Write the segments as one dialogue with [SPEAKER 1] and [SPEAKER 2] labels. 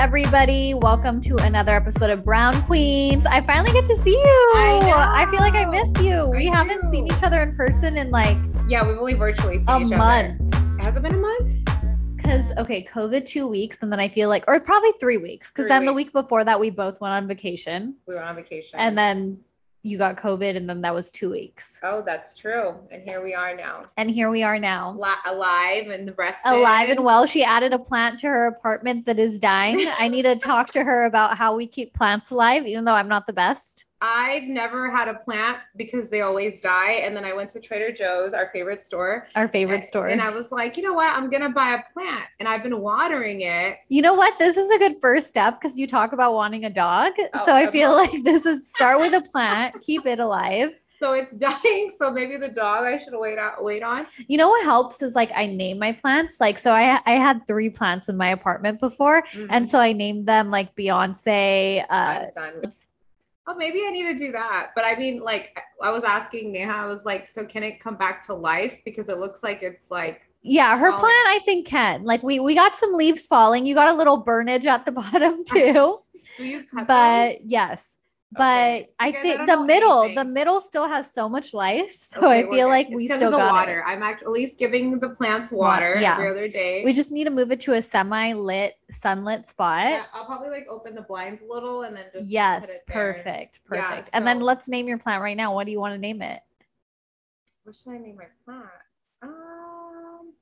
[SPEAKER 1] everybody. Welcome to another episode of Brown Queens. I finally get to see you.
[SPEAKER 2] I know.
[SPEAKER 1] I feel like I miss you. we
[SPEAKER 2] I
[SPEAKER 1] haven't
[SPEAKER 2] do.
[SPEAKER 1] seen each other in person in like
[SPEAKER 2] Yeah, we've only virtually seen
[SPEAKER 1] a
[SPEAKER 2] each
[SPEAKER 1] month.
[SPEAKER 2] other. Has it been a month?
[SPEAKER 1] Cause okay, COVID two weeks, and then I feel like, or probably three weeks. Cause
[SPEAKER 2] Three
[SPEAKER 1] then the week before that, we both went on vacation,
[SPEAKER 2] We were on vacation.
[SPEAKER 1] and then you got COVID, and then that was two weeks.
[SPEAKER 2] oh, that's true. And here we are now,
[SPEAKER 1] And here we are now,
[SPEAKER 2] Li- alive and the rest.
[SPEAKER 1] alive and well. She added a plant to her apartment that is dying. I need to talk to her about how we keep plants alive, even though I'm not the best.
[SPEAKER 2] I've never had a plant because they always die. And then I went to Trader Joe's, our favorite store.
[SPEAKER 1] Our favorite
[SPEAKER 2] a-
[SPEAKER 1] store.
[SPEAKER 2] And I was like, you know what? I'm gonna buy a plant. And I've been watering it.
[SPEAKER 1] You know what? This is a good first step because you talk about wanting a dog.
[SPEAKER 2] Oh,
[SPEAKER 1] so I
[SPEAKER 2] okay.
[SPEAKER 1] feel like this is start with a plant, keep it alive.
[SPEAKER 2] So it's dying. So maybe the dog I should wait out wait on.
[SPEAKER 1] You know what helps is like I name my plants. Like so I I had three plants in my apartment before.
[SPEAKER 2] Mm-hmm.
[SPEAKER 1] And so I named them like Beyonce. Uh
[SPEAKER 2] I'm done with- Oh, maybe I need to do that. But I mean, like, I was asking Neha, I was like, so can it come back to life? Because it looks like it's like,
[SPEAKER 1] yeah, her
[SPEAKER 2] Falling.
[SPEAKER 1] plant I think can. Like we we got some leaves falling. You got a little burnage at the bottom too.
[SPEAKER 2] do you cut
[SPEAKER 1] but yes. But
[SPEAKER 2] Okay.
[SPEAKER 1] I
[SPEAKER 2] Guys, I
[SPEAKER 1] think
[SPEAKER 2] don't
[SPEAKER 1] the
[SPEAKER 2] know
[SPEAKER 1] middle, the
[SPEAKER 2] anything.
[SPEAKER 1] middle still has so much life. So
[SPEAKER 2] those? Okay,
[SPEAKER 1] I
[SPEAKER 2] we're
[SPEAKER 1] feel
[SPEAKER 2] good.
[SPEAKER 1] like
[SPEAKER 2] It's
[SPEAKER 1] we
[SPEAKER 2] 'cause of
[SPEAKER 1] still
[SPEAKER 2] the
[SPEAKER 1] got it.
[SPEAKER 2] water. I'm act- at least giving the plants water
[SPEAKER 1] yeah.
[SPEAKER 2] every other day.
[SPEAKER 1] We just need to move it to a semi lit, sunlit spot.
[SPEAKER 2] Yeah, I'll probably like open the blinds a little and then just put
[SPEAKER 1] yes,
[SPEAKER 2] it there.
[SPEAKER 1] perfect,
[SPEAKER 2] Yeah,
[SPEAKER 1] perfect. and then
[SPEAKER 2] so-
[SPEAKER 1] let's name your plant right now. What do you want to name it?
[SPEAKER 2] What should I name my plant? Um,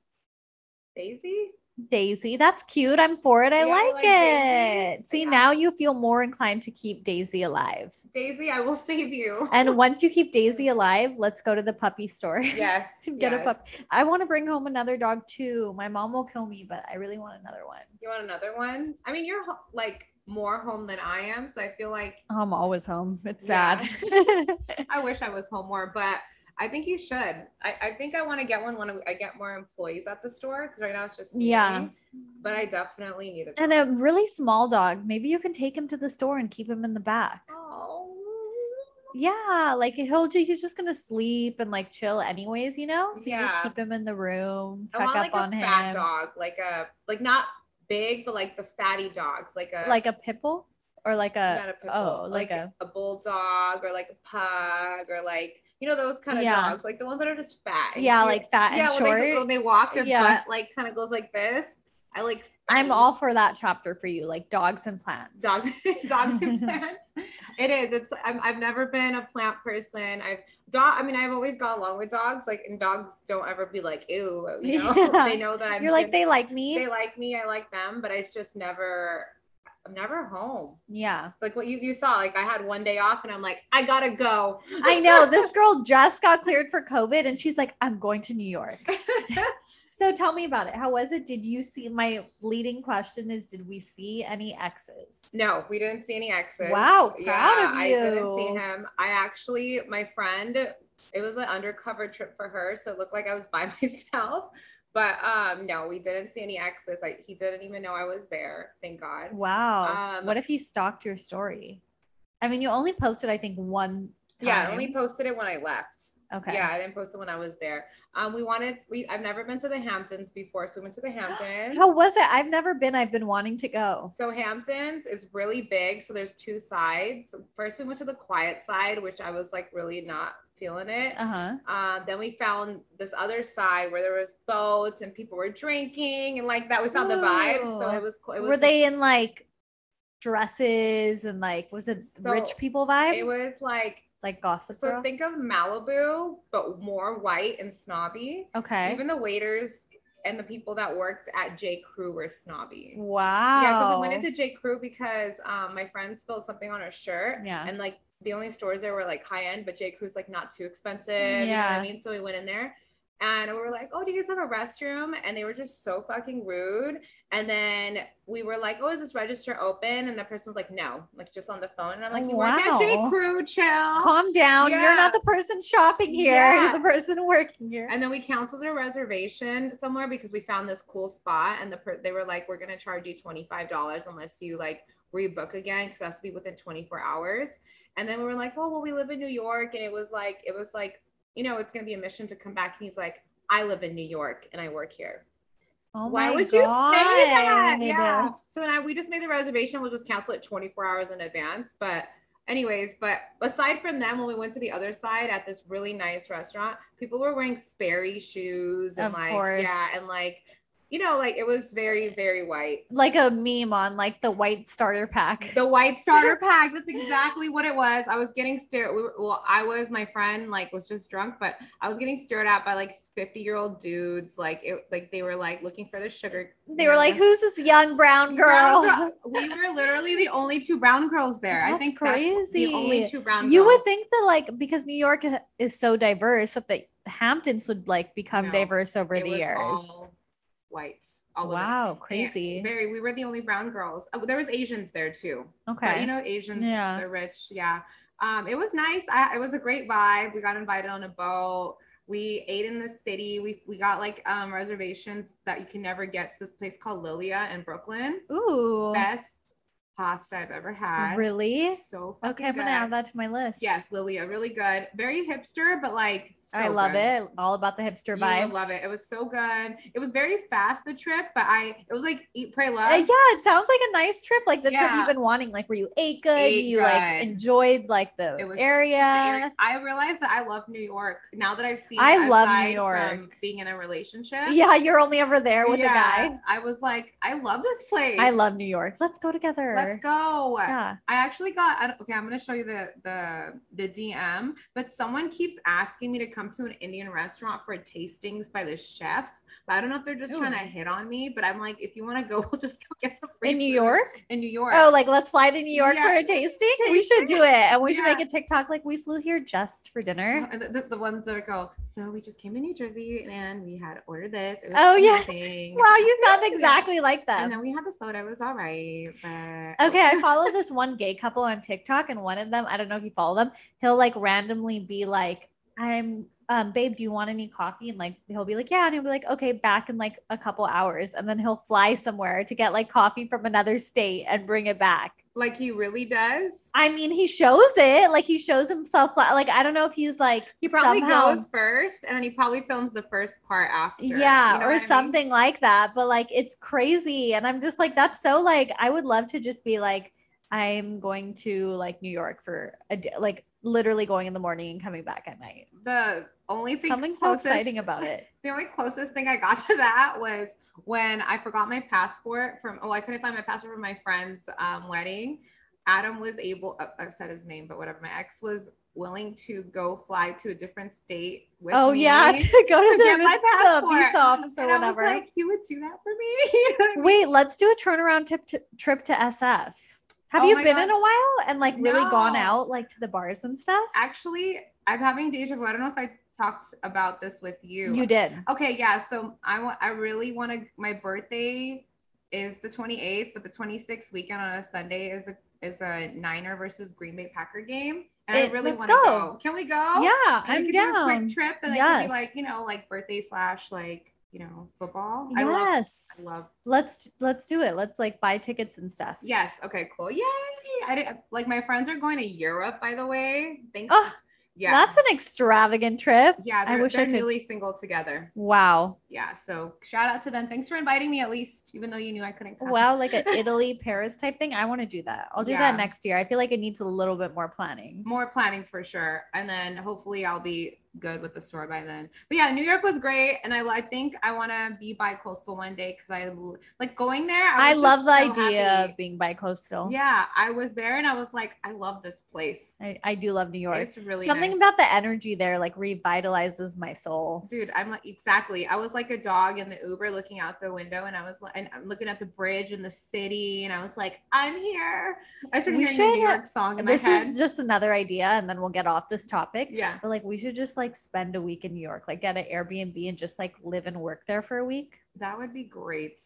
[SPEAKER 2] Daisy.
[SPEAKER 1] Daisy. That's cute. I'm for it. I
[SPEAKER 2] Yeah, I
[SPEAKER 1] like,
[SPEAKER 2] like
[SPEAKER 1] it.
[SPEAKER 2] Daisy.
[SPEAKER 1] See,
[SPEAKER 2] Yeah.
[SPEAKER 1] now you feel more inclined to keep Daisy alive.
[SPEAKER 2] Daisy, I will save you.
[SPEAKER 1] And once you keep Daisy alive, let's go to the puppy store.
[SPEAKER 2] yes.
[SPEAKER 1] and Get
[SPEAKER 2] yes.
[SPEAKER 1] a pup. I want to bring home another dog too. My mom will kill me, but I really want another one.
[SPEAKER 2] You want another one? I mean, you're ho- like more home than I am, so I feel like
[SPEAKER 1] I'm always home. It's
[SPEAKER 2] Yeah.
[SPEAKER 1] sad.
[SPEAKER 2] I wish I was home more, but I think you should. I, I think I want to get one when I get more employees at the store because right now it's just me,
[SPEAKER 1] Yeah.
[SPEAKER 2] But I definitely need a
[SPEAKER 1] and a really small dog. Maybe you can take him to the store and keep him in the back.
[SPEAKER 2] oh.
[SPEAKER 1] Yeah, like he'll ju- he's just gonna sleep and like chill anyways, you know. So you just
[SPEAKER 2] Yeah.
[SPEAKER 1] keep him in the room,
[SPEAKER 2] I
[SPEAKER 1] check
[SPEAKER 2] want
[SPEAKER 1] up
[SPEAKER 2] like a
[SPEAKER 1] on
[SPEAKER 2] fat
[SPEAKER 1] him,
[SPEAKER 2] dog, like a like not big, but like the fatty dogs, like a
[SPEAKER 1] like a pitbull or like a,
[SPEAKER 2] not a pit
[SPEAKER 1] oh,
[SPEAKER 2] bull,
[SPEAKER 1] like a-
[SPEAKER 2] bulldog or like a pug or like you know those kind of
[SPEAKER 1] Yeah.
[SPEAKER 2] dogs, like the ones that are just fat. and
[SPEAKER 1] yeah,
[SPEAKER 2] cute.
[SPEAKER 1] like fat and
[SPEAKER 2] yeah, when
[SPEAKER 1] short.
[SPEAKER 2] They, when they walk, their
[SPEAKER 1] Yeah.
[SPEAKER 2] butt like kind of goes like this. I like.
[SPEAKER 1] I'm all for that chapter for you, like dogs and plants.
[SPEAKER 2] dogs. dogs and plants. It is. It's. I'm, I've never been a plant person. I've dog. I mean, I've always got along with dogs. Like, and dogs don't ever be like, ew. You know,
[SPEAKER 1] Yeah.
[SPEAKER 2] they know that I'm.
[SPEAKER 1] You're like
[SPEAKER 2] good-
[SPEAKER 1] they like me.
[SPEAKER 2] They like me. I like them. But it's just never. I'm never home.
[SPEAKER 1] yeah,
[SPEAKER 2] Like what you, you saw. Like I had one day off, and I'm like, I gotta go.
[SPEAKER 1] I know. This girl just got cleared for COVID, and she's like, "I'm going to New York." So tell me about it. How was it? Did you see? My leading question is, did we see any exes?
[SPEAKER 2] No, we didn't see any exes.
[SPEAKER 1] Wow, proud of
[SPEAKER 2] I didn't see
[SPEAKER 1] you.
[SPEAKER 2] him. I actually, my friend, it was an undercover trip for her, so it looked like I was by myself. But um, no, we didn't see any exes. Like he didn't even know I was there. Thank God.
[SPEAKER 1] Wow.
[SPEAKER 2] Um,
[SPEAKER 1] what if he stalked your story? I mean, you only posted, I think, one. Time.
[SPEAKER 2] Yeah, I only posted it when I left.
[SPEAKER 1] Okay.
[SPEAKER 2] Yeah, I didn't post it when I was there. Um, we wanted. We I've never been to the Hamptons before, so we went to the Hamptons.
[SPEAKER 1] How was it? I've never been. I've been wanting to go.
[SPEAKER 2] So Hamptons is really big. So there's two sides. First, we went to the quiet side, which I was like really not feeling it.
[SPEAKER 1] Uh huh.
[SPEAKER 2] Um, then we found this other side where there was boats and people were drinking and like that. We found the vibe, so
[SPEAKER 1] Ooh.
[SPEAKER 2] it was cool. It was,
[SPEAKER 1] Were they in like dresses and like was it
[SPEAKER 2] So,
[SPEAKER 1] rich people vibe?
[SPEAKER 2] It was like
[SPEAKER 1] like gossip
[SPEAKER 2] so.
[SPEAKER 1] girl.
[SPEAKER 2] Think of Malibu, but more white and snobby.
[SPEAKER 1] okay.
[SPEAKER 2] Even the waiters and the people that worked at J Crew were snobby.
[SPEAKER 1] wow.
[SPEAKER 2] Yeah, because I went into J Crew because um, my friend spilled something on her shirt.
[SPEAKER 1] Yeah.
[SPEAKER 2] and like the only stores there were like high end, but J Crew's like not too expensive. Yeah. You know what
[SPEAKER 1] Yeah.
[SPEAKER 2] I mean? So we went in there and we were like, Oh, do you guys have a restroom? And they were just so fucking rude. And then we were like, Oh, is this register open? And the person was like, No, like just on the phone. And I'm like, You work at
[SPEAKER 1] Wow.
[SPEAKER 2] J Crew, chill.
[SPEAKER 1] Calm down. You're
[SPEAKER 2] Yeah.
[SPEAKER 1] not the person shopping here.
[SPEAKER 2] Yeah.
[SPEAKER 1] You're the person working here.
[SPEAKER 2] And then we canceled a reservation somewhere because we found this cool spot, and the per- they were like, "We're gonna charge you twenty five dollars unless you like rebook again, because it has to be within twenty four hours." And then we were like, "Oh well, we live in New York," and it was like, it was like, you know, it's gonna be a mission to come back. And he's like, "I live in New York and I work here."
[SPEAKER 1] Oh
[SPEAKER 2] Why
[SPEAKER 1] my
[SPEAKER 2] would you say
[SPEAKER 1] God.
[SPEAKER 2] that?
[SPEAKER 1] They
[SPEAKER 2] Yeah.
[SPEAKER 1] did.
[SPEAKER 2] So now we just made the reservation. We'll just cancel it 24 hours in advance. But, anyways, but aside from them, when we went to the other side at this really nice restaurant, people were wearing Sperry shoes and
[SPEAKER 1] Of
[SPEAKER 2] like,
[SPEAKER 1] course.
[SPEAKER 2] yeah, and like, you know, like it was very, very white.
[SPEAKER 1] Like a meme on like the white starter pack.
[SPEAKER 2] The white starter pack. That's exactly what it was. I was getting stared. We were, well, I was. My friend like was just drunk, but I was getting stared at by like fifty year old dudes. Like it, like they were like looking for the sugar.
[SPEAKER 1] They were like,
[SPEAKER 2] who?
[SPEAKER 1] "Who's this young brown girl?"
[SPEAKER 2] Brown girl- We were literally the only two brown girls there. I
[SPEAKER 1] That's
[SPEAKER 2] think that's the only
[SPEAKER 1] crazy.
[SPEAKER 2] two brown
[SPEAKER 1] you
[SPEAKER 2] girls.
[SPEAKER 1] would think that like because New York is so diverse that the Hamptons would like become
[SPEAKER 2] No,
[SPEAKER 1] diverse over
[SPEAKER 2] It
[SPEAKER 1] the
[SPEAKER 2] was
[SPEAKER 1] years.
[SPEAKER 2] all whites. All over.
[SPEAKER 1] wow,
[SPEAKER 2] Yeah,
[SPEAKER 1] crazy.
[SPEAKER 2] very. We were the only brown girls. Oh, there was Asians there too.
[SPEAKER 1] okay.
[SPEAKER 2] But you know, Asians,
[SPEAKER 1] Yeah.
[SPEAKER 2] they're rich. Yeah. Um, it was nice. I, it was a great vibe. We got invited on a boat. We ate in the city. We, we got like um, reservations that you can never get to this place called Lilia in Brooklyn.
[SPEAKER 1] Ooh.
[SPEAKER 2] Best pasta I've ever had.
[SPEAKER 1] Oh. Really? Okay,
[SPEAKER 2] So fucking
[SPEAKER 1] I'm gonna
[SPEAKER 2] good.
[SPEAKER 1] add that to my list.
[SPEAKER 2] Yes, Lilia, really good. Very hipster, but like so
[SPEAKER 1] I love
[SPEAKER 2] good.
[SPEAKER 1] it. All about the hipster
[SPEAKER 2] You
[SPEAKER 1] vibes.
[SPEAKER 2] would love it. It was so good. It was very fast the trip, but I it was like eat, pray, love.
[SPEAKER 1] Uh, yeah, it sounds like a nice trip, like the trip
[SPEAKER 2] Yeah.
[SPEAKER 1] you've been wanting, like where you ate good,
[SPEAKER 2] Ate
[SPEAKER 1] you
[SPEAKER 2] good.
[SPEAKER 1] like enjoyed like the
[SPEAKER 2] It was
[SPEAKER 1] area.
[SPEAKER 2] I realized that I love New York now that I've seen.
[SPEAKER 1] I
[SPEAKER 2] it
[SPEAKER 1] love New
[SPEAKER 2] aside
[SPEAKER 1] York.
[SPEAKER 2] From being in a relationship.
[SPEAKER 1] Yeah, you're only ever there with a
[SPEAKER 2] Yeah.
[SPEAKER 1] guy.
[SPEAKER 2] I was like, I love this place.
[SPEAKER 1] I love New York. Let's go together.
[SPEAKER 2] Let's go.
[SPEAKER 1] Yeah.
[SPEAKER 2] I actually got I don't- okay. I'm gonna show you the the the DM, but someone keeps asking me to come to an Indian restaurant for tastings by the chef. But I don't know if they're just
[SPEAKER 1] Ooh.
[SPEAKER 2] trying to hit on me. But I'm like, if you want to go, we'll just go get some free
[SPEAKER 1] In New
[SPEAKER 2] food
[SPEAKER 1] York?
[SPEAKER 2] In New York.
[SPEAKER 1] Oh, like let's fly to New York
[SPEAKER 2] Yeah.
[SPEAKER 1] for a tasting? We should do it. And we
[SPEAKER 2] Yeah. Oh,
[SPEAKER 1] should make a TikTok like we flew here just for dinner.
[SPEAKER 2] And Uh, the, the, the ones that go. So we just came to New Jersey and we had ordered this. It was
[SPEAKER 1] Oh, yeah.
[SPEAKER 2] amazing."
[SPEAKER 1] Wow, you sound
[SPEAKER 2] Yeah.
[SPEAKER 1] exactly like them.
[SPEAKER 2] And then we had the soda. It was all right. But
[SPEAKER 1] Okay, I follow this one gay couple on TikTok, and one of them, I don't know if you follow them, he'll like randomly be like, I'm, um, babe, do you want any coffee? And like, he'll be like, yeah. And he'll be like, okay, back in like a couple hours. And then he'll fly somewhere to get like coffee from another state and bring it back.
[SPEAKER 2] like he really does.
[SPEAKER 1] I mean, he shows it. Like, he shows himself. fly- Like, I don't know if he's like,
[SPEAKER 2] He probably
[SPEAKER 1] somehow,
[SPEAKER 2] goes first, and then he probably films the first part after.
[SPEAKER 1] Yeah,
[SPEAKER 2] You know what I
[SPEAKER 1] or
[SPEAKER 2] mean?
[SPEAKER 1] something like that. But like, it's crazy. And I'm just like, that's so like, I would love to just be like, I'm going to like New York for a day, like literally going in the morning and coming back at night.
[SPEAKER 2] The only thing
[SPEAKER 1] Something so
[SPEAKER 2] closest,
[SPEAKER 1] exciting about it.
[SPEAKER 2] the only closest thing I got to that was when I forgot my passport from. Oh, I couldn't find my passport from my friend's um, wedding. Adam was able. uh, I've said his name, but whatever. My ex was willing to go fly to a different state with
[SPEAKER 1] Oh,
[SPEAKER 2] me
[SPEAKER 1] yeah,
[SPEAKER 2] to
[SPEAKER 1] to go to,
[SPEAKER 2] get
[SPEAKER 1] the,
[SPEAKER 2] my
[SPEAKER 1] the
[SPEAKER 2] passport.
[SPEAKER 1] peace office or
[SPEAKER 2] and I was
[SPEAKER 1] whatever.
[SPEAKER 2] like, you would do that for me. You know what I mean?
[SPEAKER 1] Wait, let's do a turnaround tip to, trip to SF. Have
[SPEAKER 2] Oh
[SPEAKER 1] you
[SPEAKER 2] my
[SPEAKER 1] been
[SPEAKER 2] God.
[SPEAKER 1] in a while and like really gone
[SPEAKER 2] No.
[SPEAKER 1] out like to the bars and stuff?
[SPEAKER 2] actually i'm having deja vu i don't know if i talked about this with you
[SPEAKER 1] You did.
[SPEAKER 2] okay yeah so i want i really want to my birthday is the 28th but the 26th weekend on a sunday is a is a niner versus green bay packer game and i
[SPEAKER 1] It-
[SPEAKER 2] really
[SPEAKER 1] let's
[SPEAKER 2] want to
[SPEAKER 1] go.
[SPEAKER 2] go. can we go
[SPEAKER 1] yeah,
[SPEAKER 2] And
[SPEAKER 1] I'm
[SPEAKER 2] we Oh, could do a
[SPEAKER 1] down.
[SPEAKER 2] quick trip and I could
[SPEAKER 1] Yes.
[SPEAKER 2] be like you know like birthday slash like you know football i love
[SPEAKER 1] Yes.
[SPEAKER 2] i love
[SPEAKER 1] let's let's do it. Let's like buy tickets and stuff.
[SPEAKER 2] Yes. Okay. Cool. Yay! I did, like my friends are going to Europe, by the way. Thanks.
[SPEAKER 1] Oh,
[SPEAKER 2] yeah.
[SPEAKER 1] That's an extravagant trip.
[SPEAKER 2] yeah.
[SPEAKER 1] I
[SPEAKER 2] They're,
[SPEAKER 1] wish I
[SPEAKER 2] they're
[SPEAKER 1] could-
[SPEAKER 2] newly single together.
[SPEAKER 1] Wow.
[SPEAKER 2] Yeah. So shout out to them. Thanks for inviting me, at least, even though you knew I couldn't come.
[SPEAKER 1] Wow, like an Italy, Paris type thing. I want to do that. I'll do
[SPEAKER 2] Yeah.
[SPEAKER 1] that next year. I feel like it needs a little bit more planning.
[SPEAKER 2] More planning for sure, and then hopefully I'll be good with the store by then. But yeah, New York was great, and I I think I want to be bi coastal one day because I l- like going there.
[SPEAKER 1] I,
[SPEAKER 2] was
[SPEAKER 1] love
[SPEAKER 2] just
[SPEAKER 1] the
[SPEAKER 2] so
[SPEAKER 1] idea
[SPEAKER 2] happy.
[SPEAKER 1] of being bi-coastal.
[SPEAKER 2] Yeah, I was there and I was like, I love this place.
[SPEAKER 1] I, I do love New York.
[SPEAKER 2] It's really
[SPEAKER 1] Something
[SPEAKER 2] nice.
[SPEAKER 1] about the energy there like revitalizes my soul.
[SPEAKER 2] Dude, I'm like exactly. I was like a dog in the Uber looking out the window, and I was like, and I'm looking at the bridge and the city, and I was like, I'm here. I started
[SPEAKER 1] We
[SPEAKER 2] hearing the New
[SPEAKER 1] should-
[SPEAKER 2] York song in my
[SPEAKER 1] This
[SPEAKER 2] head.
[SPEAKER 1] is just another idea, and then we'll get off this topic.
[SPEAKER 2] yeah,
[SPEAKER 1] But like we should just like spend a week in New York, like get an Airbnb and just like live and work there for a week.
[SPEAKER 2] that would be great.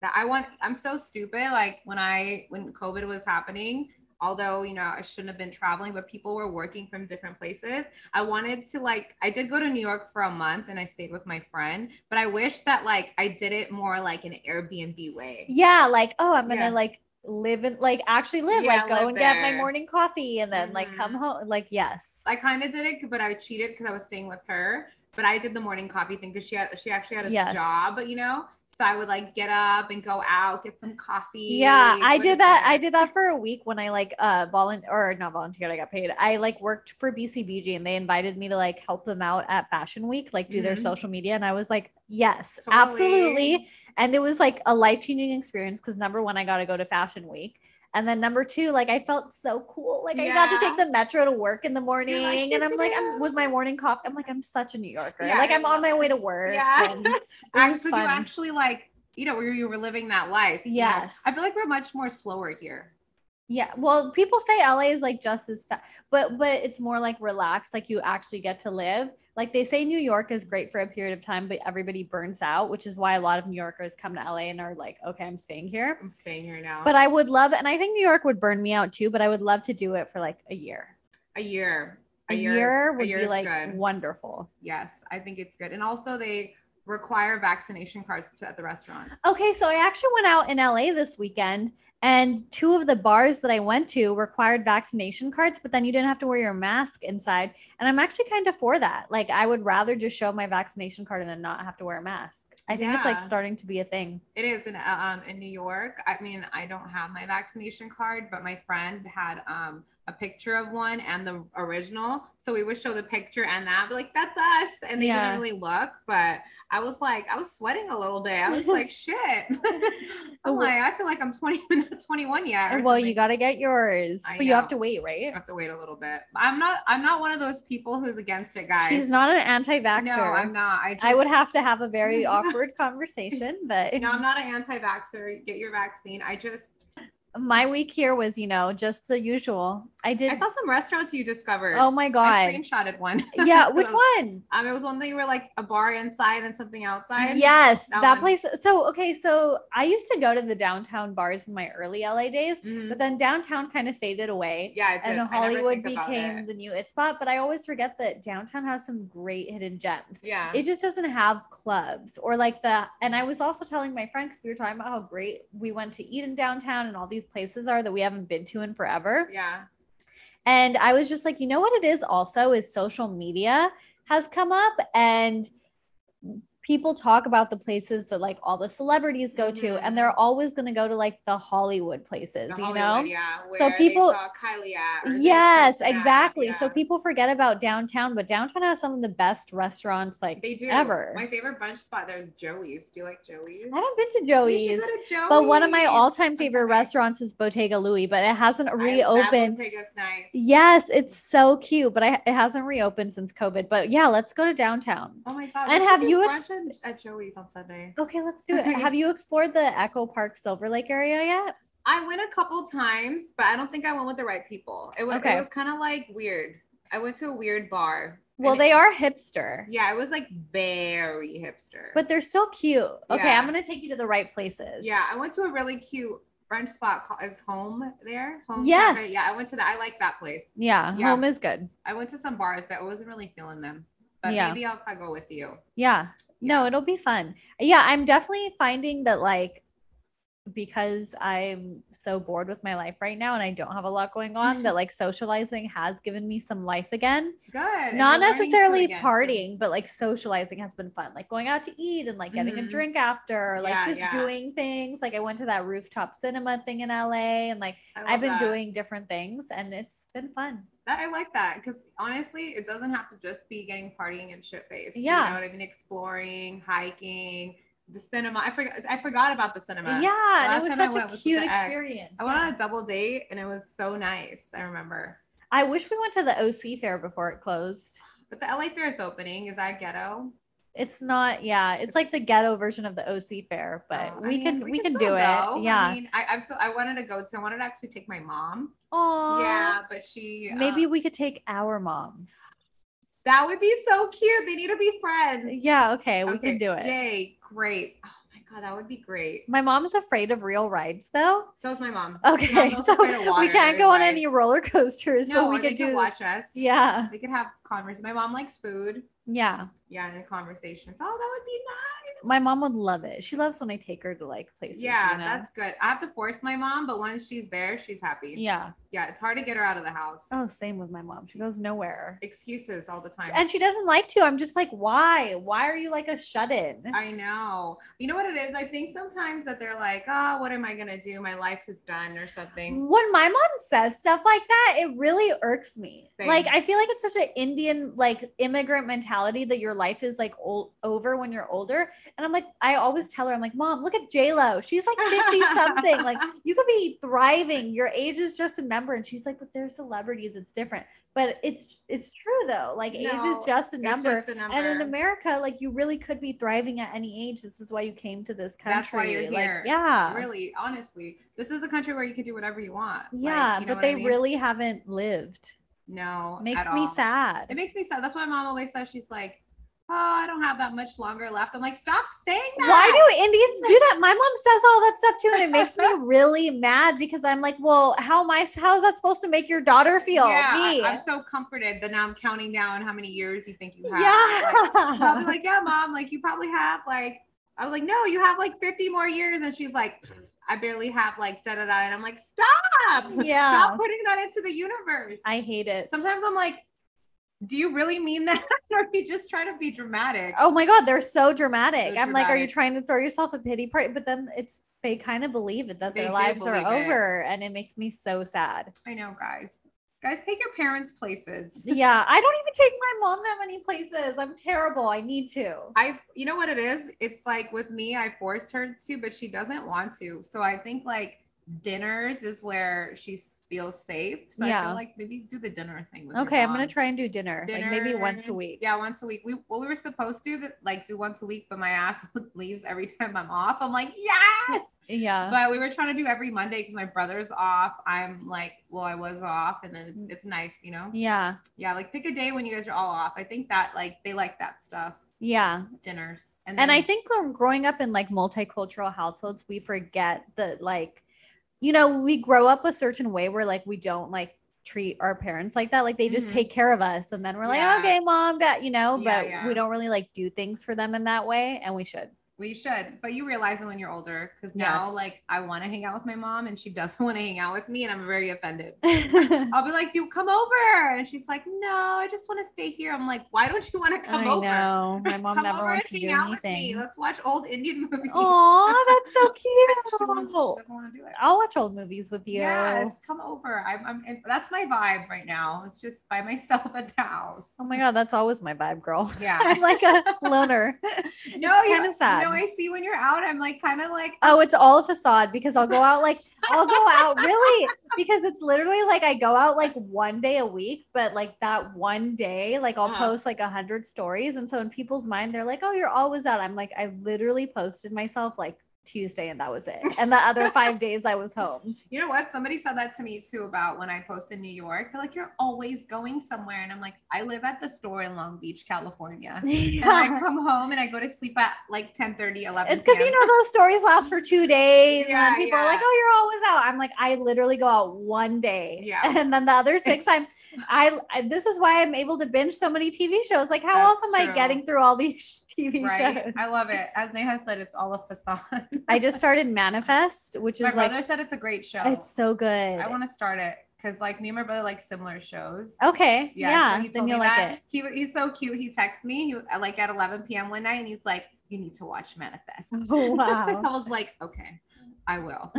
[SPEAKER 2] That I want. I'm so stupid. Like when I when COVID was happening, although you know I shouldn't have been traveling, but people were working from different places. I wanted to like I did go to New York for a month and I stayed with my friend, but I wish that like I did it more like an Airbnb way.
[SPEAKER 1] Yeah, like oh, I'm gonna
[SPEAKER 2] Yeah.
[SPEAKER 1] like live and like actually live,
[SPEAKER 2] Yeah,
[SPEAKER 1] like go
[SPEAKER 2] live
[SPEAKER 1] and get my
[SPEAKER 2] there.
[SPEAKER 1] morning coffee and then like come
[SPEAKER 2] Mhm.
[SPEAKER 1] home. Like yes,
[SPEAKER 2] I kind of did it, but I cheated because I was staying with her. But I did the morning coffee thing because she had she actually had a
[SPEAKER 1] Yes.
[SPEAKER 2] job, you know. So I would like get up and go out, get some coffee.
[SPEAKER 1] Yeah, I
[SPEAKER 2] go to
[SPEAKER 1] did that. I
[SPEAKER 2] dinner.
[SPEAKER 1] did that for a week when I like uh volunteer or not volunteered. I got paid. I like worked for BCBG and they invited me to like help them out at Fashion Week, like do their
[SPEAKER 2] Mhm.
[SPEAKER 1] social media, and I was like, yes,
[SPEAKER 2] Totally.
[SPEAKER 1] absolutely. And it was like a life changing experience because number one, I got to go to Fashion Week. And then number two, like I felt so cool. Like I got to
[SPEAKER 2] Yeah.
[SPEAKER 1] take the metro to work in the morning,
[SPEAKER 2] "Yes,
[SPEAKER 1] and I'm
[SPEAKER 2] it
[SPEAKER 1] like,
[SPEAKER 2] is."
[SPEAKER 1] I'm with my morning coffee. I'm like, I'm such a New Yorker.
[SPEAKER 2] Yeah,
[SPEAKER 1] like
[SPEAKER 2] I
[SPEAKER 1] I'm on my way to
[SPEAKER 2] was.
[SPEAKER 1] work.
[SPEAKER 2] Yeah.
[SPEAKER 1] and it
[SPEAKER 2] Act-
[SPEAKER 1] was
[SPEAKER 2] so you
[SPEAKER 1] fun.
[SPEAKER 2] actually like, you know, where you were living that life. you know?
[SPEAKER 1] Yes.
[SPEAKER 2] I feel like we're much more slower here.
[SPEAKER 1] Yeah, well, people say LA is like just as fast, but but it's more like relaxed, like you actually get to live. Like they say New York is great for a period of time, but everybody burns out, which is why a lot of New Yorkers come to LA and are like, okay, I'm staying here.
[SPEAKER 2] I'm staying here now.
[SPEAKER 1] But I would love, and I think New York would burn me out too, but I would love to do it for like a year.
[SPEAKER 2] a year.
[SPEAKER 1] A, year, would be
[SPEAKER 2] is
[SPEAKER 1] like
[SPEAKER 2] good.
[SPEAKER 1] wonderful.
[SPEAKER 2] Yes, I think it's good. And also they require vaccination cards to, at the restaurants.
[SPEAKER 1] Okay, so I actually went out in LA this weekend, and two of the bars that I went to required vaccination cards, but then you didn't have to wear your mask inside. And I'm actually kind of for that. Like, I would rather just show my vaccination card and then not have to wear a mask. I think it's like
[SPEAKER 2] Yeah.
[SPEAKER 1] starting to be a thing.
[SPEAKER 2] It is in um in New York. I mean, I don't have my vaccination card, but my friend had um a picture of one and the original. So we would show the picture and that, but like that's us. And they
[SPEAKER 1] Yeah.
[SPEAKER 2] didn't really look, but I was like, I was sweating a little bit. I was like, shit. I'm
[SPEAKER 1] Well-
[SPEAKER 2] like, Oh, I feel like I'm 20 not 21 yet. or
[SPEAKER 1] Oh, well, you
[SPEAKER 2] something.
[SPEAKER 1] got to get yours,
[SPEAKER 2] I
[SPEAKER 1] but you have to
[SPEAKER 2] know. Oh,
[SPEAKER 1] wait, right?
[SPEAKER 2] I have to wait a little bit. I'm not I'm not one of those people who's against it, guys.
[SPEAKER 1] She's not an anti vaxxer.
[SPEAKER 2] No, I'm not. I, just,
[SPEAKER 1] I would have to have a very awkward conversation, but
[SPEAKER 2] No, I'm not an anti-vaxxer. Get your vaccine. I just
[SPEAKER 1] my week here was, you know, just the usual. I did.
[SPEAKER 2] I saw some restaurants you discovered.
[SPEAKER 1] oh my
[SPEAKER 2] I
[SPEAKER 1] God.
[SPEAKER 2] screenshotted one.
[SPEAKER 1] Yeah, which
[SPEAKER 2] So,
[SPEAKER 1] one?
[SPEAKER 2] Um, it was one that you were like a bar inside and something outside.
[SPEAKER 1] Yes, that,
[SPEAKER 2] That one.
[SPEAKER 1] place. So okay, so I used to go to the downtown bars in my early LA days,
[SPEAKER 2] Mhm.
[SPEAKER 1] but then downtown kind of faded away.
[SPEAKER 2] Yeah, it
[SPEAKER 1] And
[SPEAKER 2] did. I never
[SPEAKER 1] Hollywood
[SPEAKER 2] think about
[SPEAKER 1] became
[SPEAKER 2] it.
[SPEAKER 1] the new it spot, but I always forget that downtown has some great hidden gems.
[SPEAKER 2] yeah.
[SPEAKER 1] It just doesn't have clubs or like the. And I was also telling my friend because we were talking about how great we went to eat in downtown and all these places are that we haven't been to in forever.
[SPEAKER 2] yeah.
[SPEAKER 1] And I was just like, you know what it is also is social media has come up and people talk about the places that like all the celebrities go to and they're always going to go to like the Hollywood places,
[SPEAKER 2] Mm-hmm. The
[SPEAKER 1] you
[SPEAKER 2] Hollywood,
[SPEAKER 1] know?
[SPEAKER 2] Yeah. Where
[SPEAKER 1] So
[SPEAKER 2] they
[SPEAKER 1] people-
[SPEAKER 2] saw Kylie at, or they
[SPEAKER 1] Yes,
[SPEAKER 2] saw that,
[SPEAKER 1] exactly. So
[SPEAKER 2] yeah.
[SPEAKER 1] people forget about downtown, but downtown has some of the best restaurants like
[SPEAKER 2] they do.
[SPEAKER 1] ever.
[SPEAKER 2] My favorite brunch spot there is Joey's. Do you like Joey's?
[SPEAKER 1] I haven't been to
[SPEAKER 2] We
[SPEAKER 1] Joey's,
[SPEAKER 2] should go to Joey's.
[SPEAKER 1] but one of my all-time favorite
[SPEAKER 2] Okay.
[SPEAKER 1] restaurants is Bottega Louie, but it hasn't
[SPEAKER 2] I- That would
[SPEAKER 1] reopened.
[SPEAKER 2] take us nice.
[SPEAKER 1] Yes, it's so cute, but I, it hasn't reopened since COVID. But yeah, let's go to downtown.
[SPEAKER 2] Oh my
[SPEAKER 1] And
[SPEAKER 2] god! we should
[SPEAKER 1] have
[SPEAKER 2] do
[SPEAKER 1] you ex-
[SPEAKER 2] brunch at, at Joey's on Sunday?
[SPEAKER 1] Okay, let's do it.
[SPEAKER 2] Okay.
[SPEAKER 1] Have you explored the Echo Park Silver Lake area yet?
[SPEAKER 2] I went a couple times, but I don't think I went with the right people. It, wa-
[SPEAKER 1] Okay.
[SPEAKER 2] it was kind of like weird. I went to a weird bar. and
[SPEAKER 1] Well,
[SPEAKER 2] it-
[SPEAKER 1] they are hipster,
[SPEAKER 2] Yeah, it was like very hipster.
[SPEAKER 1] but they're still cute. Okay,
[SPEAKER 2] Yeah.
[SPEAKER 1] I'm gonna take you to the right places.
[SPEAKER 2] yeah, I went to a really cute brunch spot called is Home there. Home
[SPEAKER 1] Yes.
[SPEAKER 2] Cafe. Yeah, I went to that. I like that place.
[SPEAKER 1] yeah,
[SPEAKER 2] Yeah.
[SPEAKER 1] home is good.
[SPEAKER 2] I went to some bars, but I wasn't really feeling them. But
[SPEAKER 1] Yeah.
[SPEAKER 2] maybe I'll, I'll go with you.
[SPEAKER 1] Yeah. No,
[SPEAKER 2] Yeah.
[SPEAKER 1] it'll be fun. Yeah, I'm definitely finding that like because I'm so bored with my life right now and I don't have a lot going on, that like socializing has given me some life again.
[SPEAKER 2] Good. and
[SPEAKER 1] Not
[SPEAKER 2] you're learning too
[SPEAKER 1] necessarily
[SPEAKER 2] again.
[SPEAKER 1] partying, but like socializing has been fun. Like going out to eat and like getting a
[SPEAKER 2] Mhm.
[SPEAKER 1] drink after, or, like
[SPEAKER 2] Yeah,
[SPEAKER 1] just
[SPEAKER 2] yeah.
[SPEAKER 1] doing things. Like I went to that rooftop cinema thing in LA and like
[SPEAKER 2] I love
[SPEAKER 1] I've been
[SPEAKER 2] that.
[SPEAKER 1] doing different things and it's been fun.
[SPEAKER 2] That, I like that because honestly, it doesn't have to just be getting partying and shit faced.
[SPEAKER 1] Yeah.
[SPEAKER 2] you know what I mean. Exploring, hiking, the cinema. I forgot. I forgot about the cinema.
[SPEAKER 1] yeah. And
[SPEAKER 2] last
[SPEAKER 1] it was
[SPEAKER 2] time I
[SPEAKER 1] such
[SPEAKER 2] went
[SPEAKER 1] a
[SPEAKER 2] was with
[SPEAKER 1] cute
[SPEAKER 2] the ex.
[SPEAKER 1] experience.
[SPEAKER 2] I went on a double date and it was so nice. I remember.
[SPEAKER 1] I wish we went to the OC fair before it closed.
[SPEAKER 2] But the LA Fair is opening. Is that ghetto?
[SPEAKER 1] It's not, yeah, it's like the ghetto version of the OC fair, but
[SPEAKER 2] Oh, I
[SPEAKER 1] we,
[SPEAKER 2] mean,
[SPEAKER 1] can, we can do
[SPEAKER 2] still
[SPEAKER 1] it.
[SPEAKER 2] go. I
[SPEAKER 1] Yeah.
[SPEAKER 2] mean, I, I've so, I wanted to go to. I wanted to actually take my mom.
[SPEAKER 1] Oh,
[SPEAKER 2] Yeah, but she
[SPEAKER 1] Maybe
[SPEAKER 2] um,
[SPEAKER 1] we could take our moms.
[SPEAKER 2] that would be so cute. They need to be friends.
[SPEAKER 1] Yeah. Okay. We
[SPEAKER 2] Okay,
[SPEAKER 1] can do it.
[SPEAKER 2] Yay! Great. Oh my god, that would be great.
[SPEAKER 1] My mom's afraid of real rides though.
[SPEAKER 2] So is my mom. My
[SPEAKER 1] Okay.
[SPEAKER 2] mom's
[SPEAKER 1] So
[SPEAKER 2] afraid of
[SPEAKER 1] we
[SPEAKER 2] water,
[SPEAKER 1] can't go on
[SPEAKER 2] right?
[SPEAKER 1] any roller coasters,
[SPEAKER 2] No,
[SPEAKER 1] but we
[SPEAKER 2] or they
[SPEAKER 1] could do
[SPEAKER 2] watch us.
[SPEAKER 1] Yeah.
[SPEAKER 2] They could have conversations. My mom likes food.
[SPEAKER 1] Yeah.
[SPEAKER 2] Yeah, in a conversation. Oh, that would be nice.
[SPEAKER 1] My mom would love it. She loves when I take her to like places.
[SPEAKER 2] yeah,
[SPEAKER 1] you know?
[SPEAKER 2] that's good. I have to force my mom, but once she's there, she's happy.
[SPEAKER 1] yeah.
[SPEAKER 2] Yeah, it's hard to get her out of the house.
[SPEAKER 1] Oh, same with my mom. She goes nowhere.
[SPEAKER 2] Excuses all the time.
[SPEAKER 1] And she doesn't like to. I'm just like, why? Why are you like a shut in?
[SPEAKER 2] I know. You know what it is? I think sometimes that they're like, oh, what am I going to do? My life is done or something.
[SPEAKER 1] When my mom says stuff like that, it really irks me.
[SPEAKER 2] Same.
[SPEAKER 1] Like I feel like it's such an Indian like immigrant mentality that your life is like old over when you're older. And I'm like, I always tell her, I'm like, Mom, look at J Lo. She's like 50 something. Like you could be thriving. Your age is just a number. And she's like, but there's celebrity that's different. But it's it's true though. Like age
[SPEAKER 2] No,
[SPEAKER 1] is just a
[SPEAKER 2] It's
[SPEAKER 1] number.
[SPEAKER 2] just the number.
[SPEAKER 1] And in America, like you really could be thriving at any age. This is why you came to this country.
[SPEAKER 2] That's why you're
[SPEAKER 1] Like,
[SPEAKER 2] here.
[SPEAKER 1] yeah.
[SPEAKER 2] Really, honestly, this is a country where you can do whatever you want. Like,
[SPEAKER 1] Yeah,
[SPEAKER 2] you know
[SPEAKER 1] but
[SPEAKER 2] what I
[SPEAKER 1] they
[SPEAKER 2] mean?
[SPEAKER 1] really haven't lived.
[SPEAKER 2] no
[SPEAKER 1] Makes
[SPEAKER 2] at
[SPEAKER 1] me
[SPEAKER 2] all. It
[SPEAKER 1] sad.
[SPEAKER 2] makes me sad. That's why my mom always says she's like, oh, I don't have that much longer left. I'm like, stop saying that.
[SPEAKER 1] Why do Indians do that? My mom says all that stuff too, and it makes me really mad because I'm like, well, how am I? How's that supposed to make your daughter feel?
[SPEAKER 2] Yeah,
[SPEAKER 1] me?
[SPEAKER 2] I, am so comforted that now I'm counting down how many years you think you have. Like, I was
[SPEAKER 1] yeah.
[SPEAKER 2] like, yeah, mom, like you probably have like, I was like, no, you have like 50 more years. And she's like, I barely have like da da da. And I'm like, stop.
[SPEAKER 1] Yeah.
[SPEAKER 2] Stop putting that into the universe.
[SPEAKER 1] I hate it.
[SPEAKER 2] Sometimes I'm like, do you really mean that? or are you just trying to be dramatic?
[SPEAKER 1] Oh my God, they're so dramatic.
[SPEAKER 2] So
[SPEAKER 1] I'm like, are you
[SPEAKER 2] dramatic.
[SPEAKER 1] trying to throw yourself a pity party? But then it's, they kind of believe it that
[SPEAKER 2] They
[SPEAKER 1] their
[SPEAKER 2] do
[SPEAKER 1] lives are
[SPEAKER 2] believe it.
[SPEAKER 1] over. And it makes me so sad.
[SPEAKER 2] I know, guys. Guys, take your parents' places.
[SPEAKER 1] yeah. I don't even take my mom that many places. I'm terrible. I need to.
[SPEAKER 2] I, you know what it is? It's like with me, I forced her to, but she doesn't want to. So I think like dinners is where she feels safe. So I
[SPEAKER 1] Yeah.
[SPEAKER 2] feel like maybe do the dinner thing. With your
[SPEAKER 1] Okay. I'm going
[SPEAKER 2] mom.
[SPEAKER 1] to try and do dinner, like maybe once a
[SPEAKER 2] Dinners.
[SPEAKER 1] week.
[SPEAKER 2] Yeah, once a week. We well, we were supposed to that like do once a week, but my ass leaves every time I'm off. I'm like, yes.
[SPEAKER 1] Yeah.
[SPEAKER 2] But we were trying to do every Monday because my brother's off. I'm like, well, I was off, and then it's, it's nice, you know.
[SPEAKER 1] Mm. yeah.
[SPEAKER 2] Yeah, like pick a day when you guys are all off. I think that like they like that stuff,
[SPEAKER 1] Yeah.
[SPEAKER 2] dinners,
[SPEAKER 1] And I
[SPEAKER 2] then-
[SPEAKER 1] think gr- growing up in like multicultural households, we forget that like, you know, we grow up a certain way where like we don't like treat our parents like that. Like they just
[SPEAKER 2] Mhm.
[SPEAKER 1] take care of us and then we're like,
[SPEAKER 2] Yeah.
[SPEAKER 1] okay, mom, dad, you know,
[SPEAKER 2] Yeah,
[SPEAKER 1] but
[SPEAKER 2] yeah.
[SPEAKER 1] we don't really like do things for them in that way. And we should.
[SPEAKER 2] Well, you should, but you realize it when you're older because now,
[SPEAKER 1] Yes.
[SPEAKER 2] like, I want to hang out with my mom and she doesn't want to hang out with me, and I'm very offended.
[SPEAKER 1] I
[SPEAKER 2] I'll be like, "Do come over," and she's like, "No, I just want to stay here." I'm like, "Why don't you want to come over?
[SPEAKER 1] know. My mom
[SPEAKER 2] come
[SPEAKER 1] never
[SPEAKER 2] over and
[SPEAKER 1] wants to do
[SPEAKER 2] hang out with me.
[SPEAKER 1] anything. Oh,
[SPEAKER 2] Let's watch old Indian movies."
[SPEAKER 1] Aw, that's so
[SPEAKER 2] she, wants, she
[SPEAKER 1] cute.
[SPEAKER 2] doesn't want to do it.
[SPEAKER 1] I'll watch old movies with you.
[SPEAKER 2] Yes, come over. I'm, I'm. and That's my vibe right now. It's just by myself at the house.
[SPEAKER 1] Oh my God, that's always my vibe, girl.
[SPEAKER 2] Yeah.
[SPEAKER 1] I'm like a loner.
[SPEAKER 2] no,
[SPEAKER 1] it's kind
[SPEAKER 2] you-
[SPEAKER 1] of sad.
[SPEAKER 2] No, I see when you're out. I'm like kind of like
[SPEAKER 1] Oh, it's all a facade because I'll go out like I'll go out really because it's literally like I go out like one day a week, but like that one day, like I'll
[SPEAKER 2] Uh-huh.
[SPEAKER 1] post like a hundred stories. And so in people's mind, they're like, Oh, you're always out. I'm like, I literally posted myself like Tuesday and that was it. And the other five days I was home.
[SPEAKER 2] You know what? Somebody said that to me too about when I post in New York. They're like, you're always going somewhere. And I'm like, I live at the store in Long Beach, California. And I
[SPEAKER 1] it's
[SPEAKER 2] come home and I go to sleep at like 10 30, 11.
[SPEAKER 1] because you know those stories last for two days, and
[SPEAKER 2] Yeah,
[SPEAKER 1] then people are
[SPEAKER 2] yeah.
[SPEAKER 1] like, "Oh, you're always out." I'm like, I literally go out one day,
[SPEAKER 2] Yeah.
[SPEAKER 1] and then the other six, I'm, I, I- This is why I'm able to binge so many TV shows. Like, how else
[SPEAKER 2] That's
[SPEAKER 1] am I
[SPEAKER 2] true.
[SPEAKER 1] getting through all these TV
[SPEAKER 2] right?
[SPEAKER 1] shows?
[SPEAKER 2] I love it. As Neha said, it's all a facade.
[SPEAKER 1] I just started Manifest, which
[SPEAKER 2] my
[SPEAKER 1] is like,
[SPEAKER 2] brother said it's a great show.
[SPEAKER 1] it's so good.
[SPEAKER 2] I want to start it because like me and my brother like similar shows.
[SPEAKER 1] okay,
[SPEAKER 2] so
[SPEAKER 1] yeah,
[SPEAKER 2] he told
[SPEAKER 1] then
[SPEAKER 2] me
[SPEAKER 1] you'll like
[SPEAKER 2] that.
[SPEAKER 1] it.
[SPEAKER 2] He, he's so cute. He texts me he, uh, like at 11 p.m. one night and he's like, you need to watch Manifest.
[SPEAKER 1] Oh,
[SPEAKER 2] I
[SPEAKER 1] wow.
[SPEAKER 2] was like, okay, I will.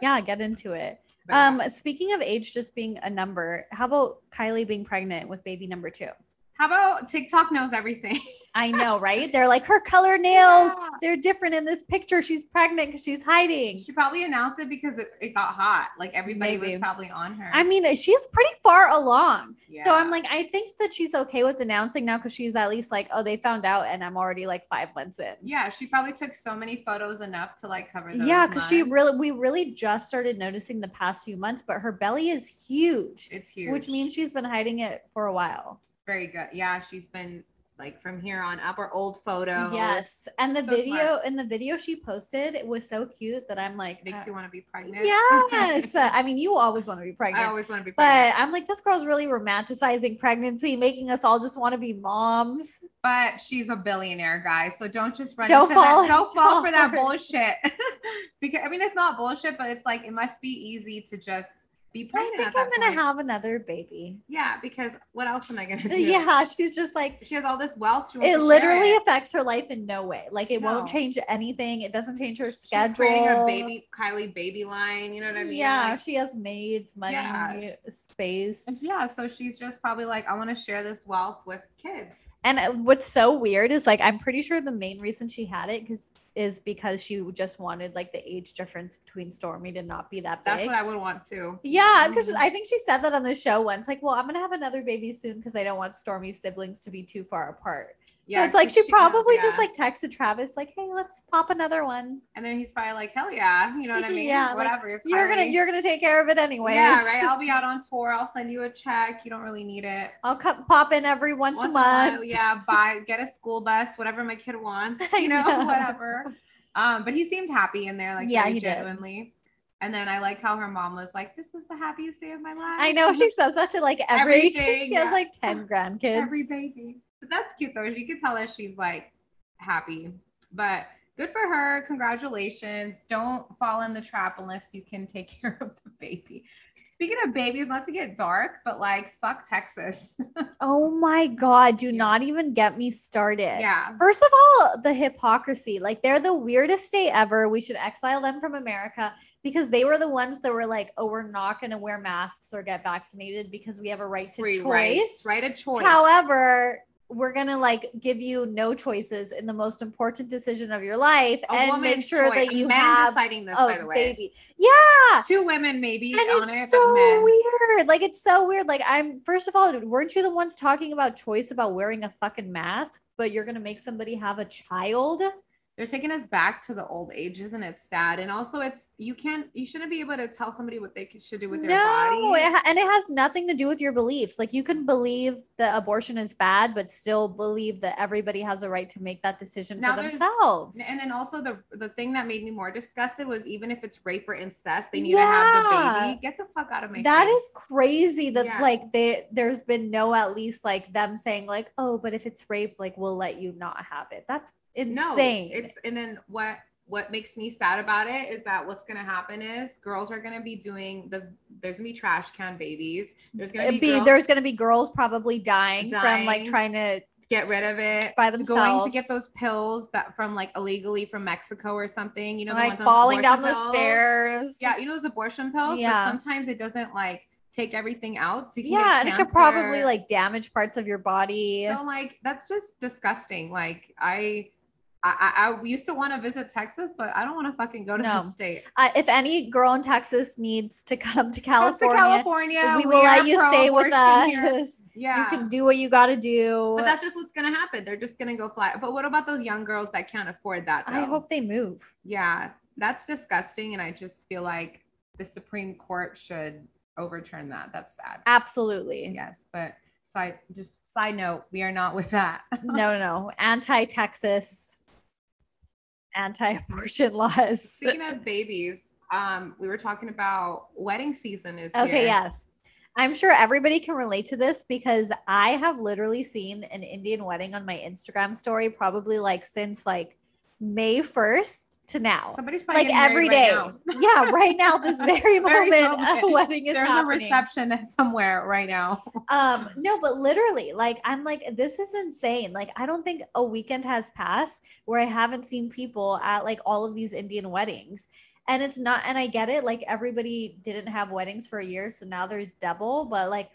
[SPEAKER 1] yeah, get into it.
[SPEAKER 2] But,
[SPEAKER 1] Um, speaking of age just being a number, how about Kylie being pregnant with baby number two?
[SPEAKER 2] How about TikTok knows everything?
[SPEAKER 1] I know, right? They're like her color nails.
[SPEAKER 2] Yeah.
[SPEAKER 1] They're different in this picture. She's pregnant because she's hiding.
[SPEAKER 2] she probably announced it because it, it got hot. Like everybody
[SPEAKER 1] Maybe.
[SPEAKER 2] was probably on her.
[SPEAKER 1] I mean, she's pretty far along. So I'm
[SPEAKER 2] Yeah.
[SPEAKER 1] like, I think that she's okay with announcing now because she's at least like, oh, they found out and I'm already like five months in.
[SPEAKER 2] yeah, she probably took so many photos enough to like cover those.
[SPEAKER 1] Yeah, because she
[SPEAKER 2] months.
[SPEAKER 1] really, we really just started noticing the past few months, but her belly is huge,
[SPEAKER 2] it's huge,
[SPEAKER 1] which means she's been hiding it for a while.
[SPEAKER 2] very good. Yeah, she's been like from here on up or old photos.
[SPEAKER 1] Yes. And the
[SPEAKER 2] So
[SPEAKER 1] video
[SPEAKER 2] smart.
[SPEAKER 1] and the video she posted it was so cute that I'm like
[SPEAKER 2] Makes
[SPEAKER 1] uh,
[SPEAKER 2] you want to be pregnant.
[SPEAKER 1] Yes. I mean, you always want to be
[SPEAKER 2] I
[SPEAKER 1] pregnant.
[SPEAKER 2] always want to be pregnant.
[SPEAKER 1] but I'm like, this girl's really romanticizing pregnancy, making us all just want to be moms.
[SPEAKER 2] But she's a billionaire, guys. So don't just run
[SPEAKER 1] Don't
[SPEAKER 2] into
[SPEAKER 1] fall-
[SPEAKER 2] that. Don't fall
[SPEAKER 1] don't
[SPEAKER 2] for that
[SPEAKER 1] fall.
[SPEAKER 2] bullshit. because I mean, it's not bullshit, but it's like it must be easy to just be
[SPEAKER 1] I
[SPEAKER 2] pregnant.
[SPEAKER 1] think
[SPEAKER 2] at that
[SPEAKER 1] I'm gonna
[SPEAKER 2] point.
[SPEAKER 1] have another baby.
[SPEAKER 2] Yeah, because what else am I gonna do?
[SPEAKER 1] Yeah, she's just like
[SPEAKER 2] She has all this wealth. She wants
[SPEAKER 1] it
[SPEAKER 2] to share
[SPEAKER 1] literally
[SPEAKER 2] it.
[SPEAKER 1] affects her life in no way. Like it
[SPEAKER 2] No.
[SPEAKER 1] won't change anything. It doesn't change her schedule.
[SPEAKER 2] She's creating her baby Kylie baby line. You know what I mean?
[SPEAKER 1] Yeah,
[SPEAKER 2] Like,
[SPEAKER 1] she has maids, money,
[SPEAKER 2] Yeah.
[SPEAKER 1] space.
[SPEAKER 2] yeah. So she's just probably like, I want to share this wealth with kids.
[SPEAKER 1] And uh, what's so weird is like I'm pretty sure the main reason she had it because is because she just wanted like the age difference between Stormy to not be that
[SPEAKER 2] That's
[SPEAKER 1] big.
[SPEAKER 2] what I would want too.
[SPEAKER 1] yeah, because
[SPEAKER 2] Mhm.
[SPEAKER 1] I think she said that on the show once. Like, well, I'm gonna have another baby soon because I don't want Stormy's siblings to be too far apart. Yeah, so it's like
[SPEAKER 2] 'cause
[SPEAKER 1] she probably
[SPEAKER 2] yeah.
[SPEAKER 1] just like texted Travis like, hey, let's pop another one.
[SPEAKER 2] And then he's probably like, hell yeah, you know what I mean?
[SPEAKER 1] Yeah, like,
[SPEAKER 2] whatever. if
[SPEAKER 1] You're gonna
[SPEAKER 2] Kylie-
[SPEAKER 1] you're gonna take care of it anyways.
[SPEAKER 2] Yeah, right. I'll be out on tour. I'll send you a check. You don't really need it.
[SPEAKER 1] I'll cut, pop in every once,
[SPEAKER 2] Once
[SPEAKER 1] a
[SPEAKER 2] in
[SPEAKER 1] month.
[SPEAKER 2] yeah, buy get a school bus, whatever my kid wants,
[SPEAKER 1] I
[SPEAKER 2] you know,
[SPEAKER 1] know.
[SPEAKER 2] whatever. Um, but he seemed happy in there, like
[SPEAKER 1] Yeah, he
[SPEAKER 2] yeah,
[SPEAKER 1] did.
[SPEAKER 2] genuinely. And then I like how her mom was like, "This is the happiest day of my life."
[SPEAKER 1] I know she says that to like every
[SPEAKER 2] Everything,
[SPEAKER 1] she
[SPEAKER 2] yeah.
[SPEAKER 1] has like 10 grandkids.
[SPEAKER 2] every baby. But that's cute though. You can tell that she's like happy. But good for her. Congratulations. Don't fall in the trap unless you can take care of the baby. Speaking of babies, not to get dark, but like fuck Texas.
[SPEAKER 1] Oh my God, do
[SPEAKER 2] Yeah.
[SPEAKER 1] not even get me started.
[SPEAKER 2] yeah.
[SPEAKER 1] First of all, the hypocrisy. Like, they're the weirdest state ever. We should exile them from America because they were the ones that were like, oh, we're not going to wear masks or get vaccinated because we have a right to
[SPEAKER 2] Free
[SPEAKER 1] choice.
[SPEAKER 2] rights. Right a choice.
[SPEAKER 1] However, we're going to like give you no choices in the most important decision of your life
[SPEAKER 2] A
[SPEAKER 1] and make
[SPEAKER 2] woman's
[SPEAKER 1] sure
[SPEAKER 2] choice.
[SPEAKER 1] that you
[SPEAKER 2] men
[SPEAKER 1] have
[SPEAKER 2] deciding this, by
[SPEAKER 1] a
[SPEAKER 2] the way.
[SPEAKER 1] baby. Yeah.
[SPEAKER 2] Two women maybe
[SPEAKER 1] And
[SPEAKER 2] own
[SPEAKER 1] it's
[SPEAKER 2] it,
[SPEAKER 1] so
[SPEAKER 2] but men.
[SPEAKER 1] weird. Like it's so weird. Like I'm first of all, weren't you the ones talking about choice about wearing a fucking mask, but you're gonna make somebody have a child?
[SPEAKER 2] They're taking us back to the old ages, and it's sad. And also, it's you can't, you shouldn't be able to tell somebody what they should do with their body.
[SPEAKER 1] No, it ha- and it has nothing to do with your beliefs. Like you can believe that abortion is bad, but still believe that everybody has a right to make that decision
[SPEAKER 2] Now
[SPEAKER 1] for
[SPEAKER 2] there's-
[SPEAKER 1] themselves.
[SPEAKER 2] And then also the the thing that made me more disgusted was even if it's rape or incest, they need to have the
[SPEAKER 1] Yeah.
[SPEAKER 2] baby. Get the fuck out of my
[SPEAKER 1] That
[SPEAKER 2] face.
[SPEAKER 1] is crazy that
[SPEAKER 2] Yeah.
[SPEAKER 1] like they there's been no at least like them saying like oh but if it's rape like we'll let you not have it. That's insane.
[SPEAKER 2] No, it's and then what what makes me sad about it is that what's gonna happen is girls are gonna be doing the there's gonna be trash can babies. There's gonna be,
[SPEAKER 1] It'd Uh, be,
[SPEAKER 2] girls
[SPEAKER 1] there's going to be girls probably dying, from like
[SPEAKER 2] Dying.
[SPEAKER 1] trying to
[SPEAKER 2] get rid of it.
[SPEAKER 1] by
[SPEAKER 2] Going to
[SPEAKER 1] themselves
[SPEAKER 2] get those pills that from like illegally from Mexico or something, you know, the
[SPEAKER 1] like
[SPEAKER 2] ones on
[SPEAKER 1] falling down
[SPEAKER 2] abortion
[SPEAKER 1] the
[SPEAKER 2] pills.
[SPEAKER 1] stairs.
[SPEAKER 2] Yeah, you know those abortion pills.
[SPEAKER 1] Yeah.
[SPEAKER 2] But sometimes it doesn't like take everything out. So you can get
[SPEAKER 1] yeah, and it could
[SPEAKER 2] cancer.
[SPEAKER 1] probably like damage parts of your body.
[SPEAKER 2] So like that's just disgusting. Like I I, I I used to want to visit Texas, but I don't want to fucking go to
[SPEAKER 1] No.
[SPEAKER 2] that state.
[SPEAKER 1] uh, if any girl in Texas needs to come to
[SPEAKER 2] Come to
[SPEAKER 1] California,
[SPEAKER 2] California.
[SPEAKER 1] we will
[SPEAKER 2] are
[SPEAKER 1] let you stay with us.
[SPEAKER 2] pro-abortion here.
[SPEAKER 1] You
[SPEAKER 2] Yeah.
[SPEAKER 1] can do what you got to do.
[SPEAKER 2] but that's just what's gonna happen. They're just gonna go fly. But what about those young girls that can't afford that?
[SPEAKER 1] I
[SPEAKER 2] though?
[SPEAKER 1] hope they move.
[SPEAKER 2] Yeah, that's disgusting, and I just feel like the Supreme Court should overturn that. That's sad.
[SPEAKER 1] Absolutely.
[SPEAKER 2] Yes, but side just side note, we are not with that.
[SPEAKER 1] No, no, no. Anti Texas, anti abortion laws.
[SPEAKER 2] Speaking of babies, um, we were talking about wedding season is
[SPEAKER 1] Okay,
[SPEAKER 2] here.
[SPEAKER 1] yes. I'm sure everybody can relate to this because I have literally seen an Indian wedding on my Instagram story probably like since like May 1st to now.
[SPEAKER 2] Somebody's probably
[SPEAKER 1] Like every day. yeah, right now this very
[SPEAKER 2] Very
[SPEAKER 1] moment,
[SPEAKER 2] moment.
[SPEAKER 1] a wedding is
[SPEAKER 2] There's
[SPEAKER 1] happening.
[SPEAKER 2] a reception somewhere right now.
[SPEAKER 1] Um no, but literally like I'm like this is insane. Like I don't think a weekend has passed where I haven't seen people at like all of these Indian weddings. And it's not and I get it like everybody didn't have weddings for a year so now there's double but like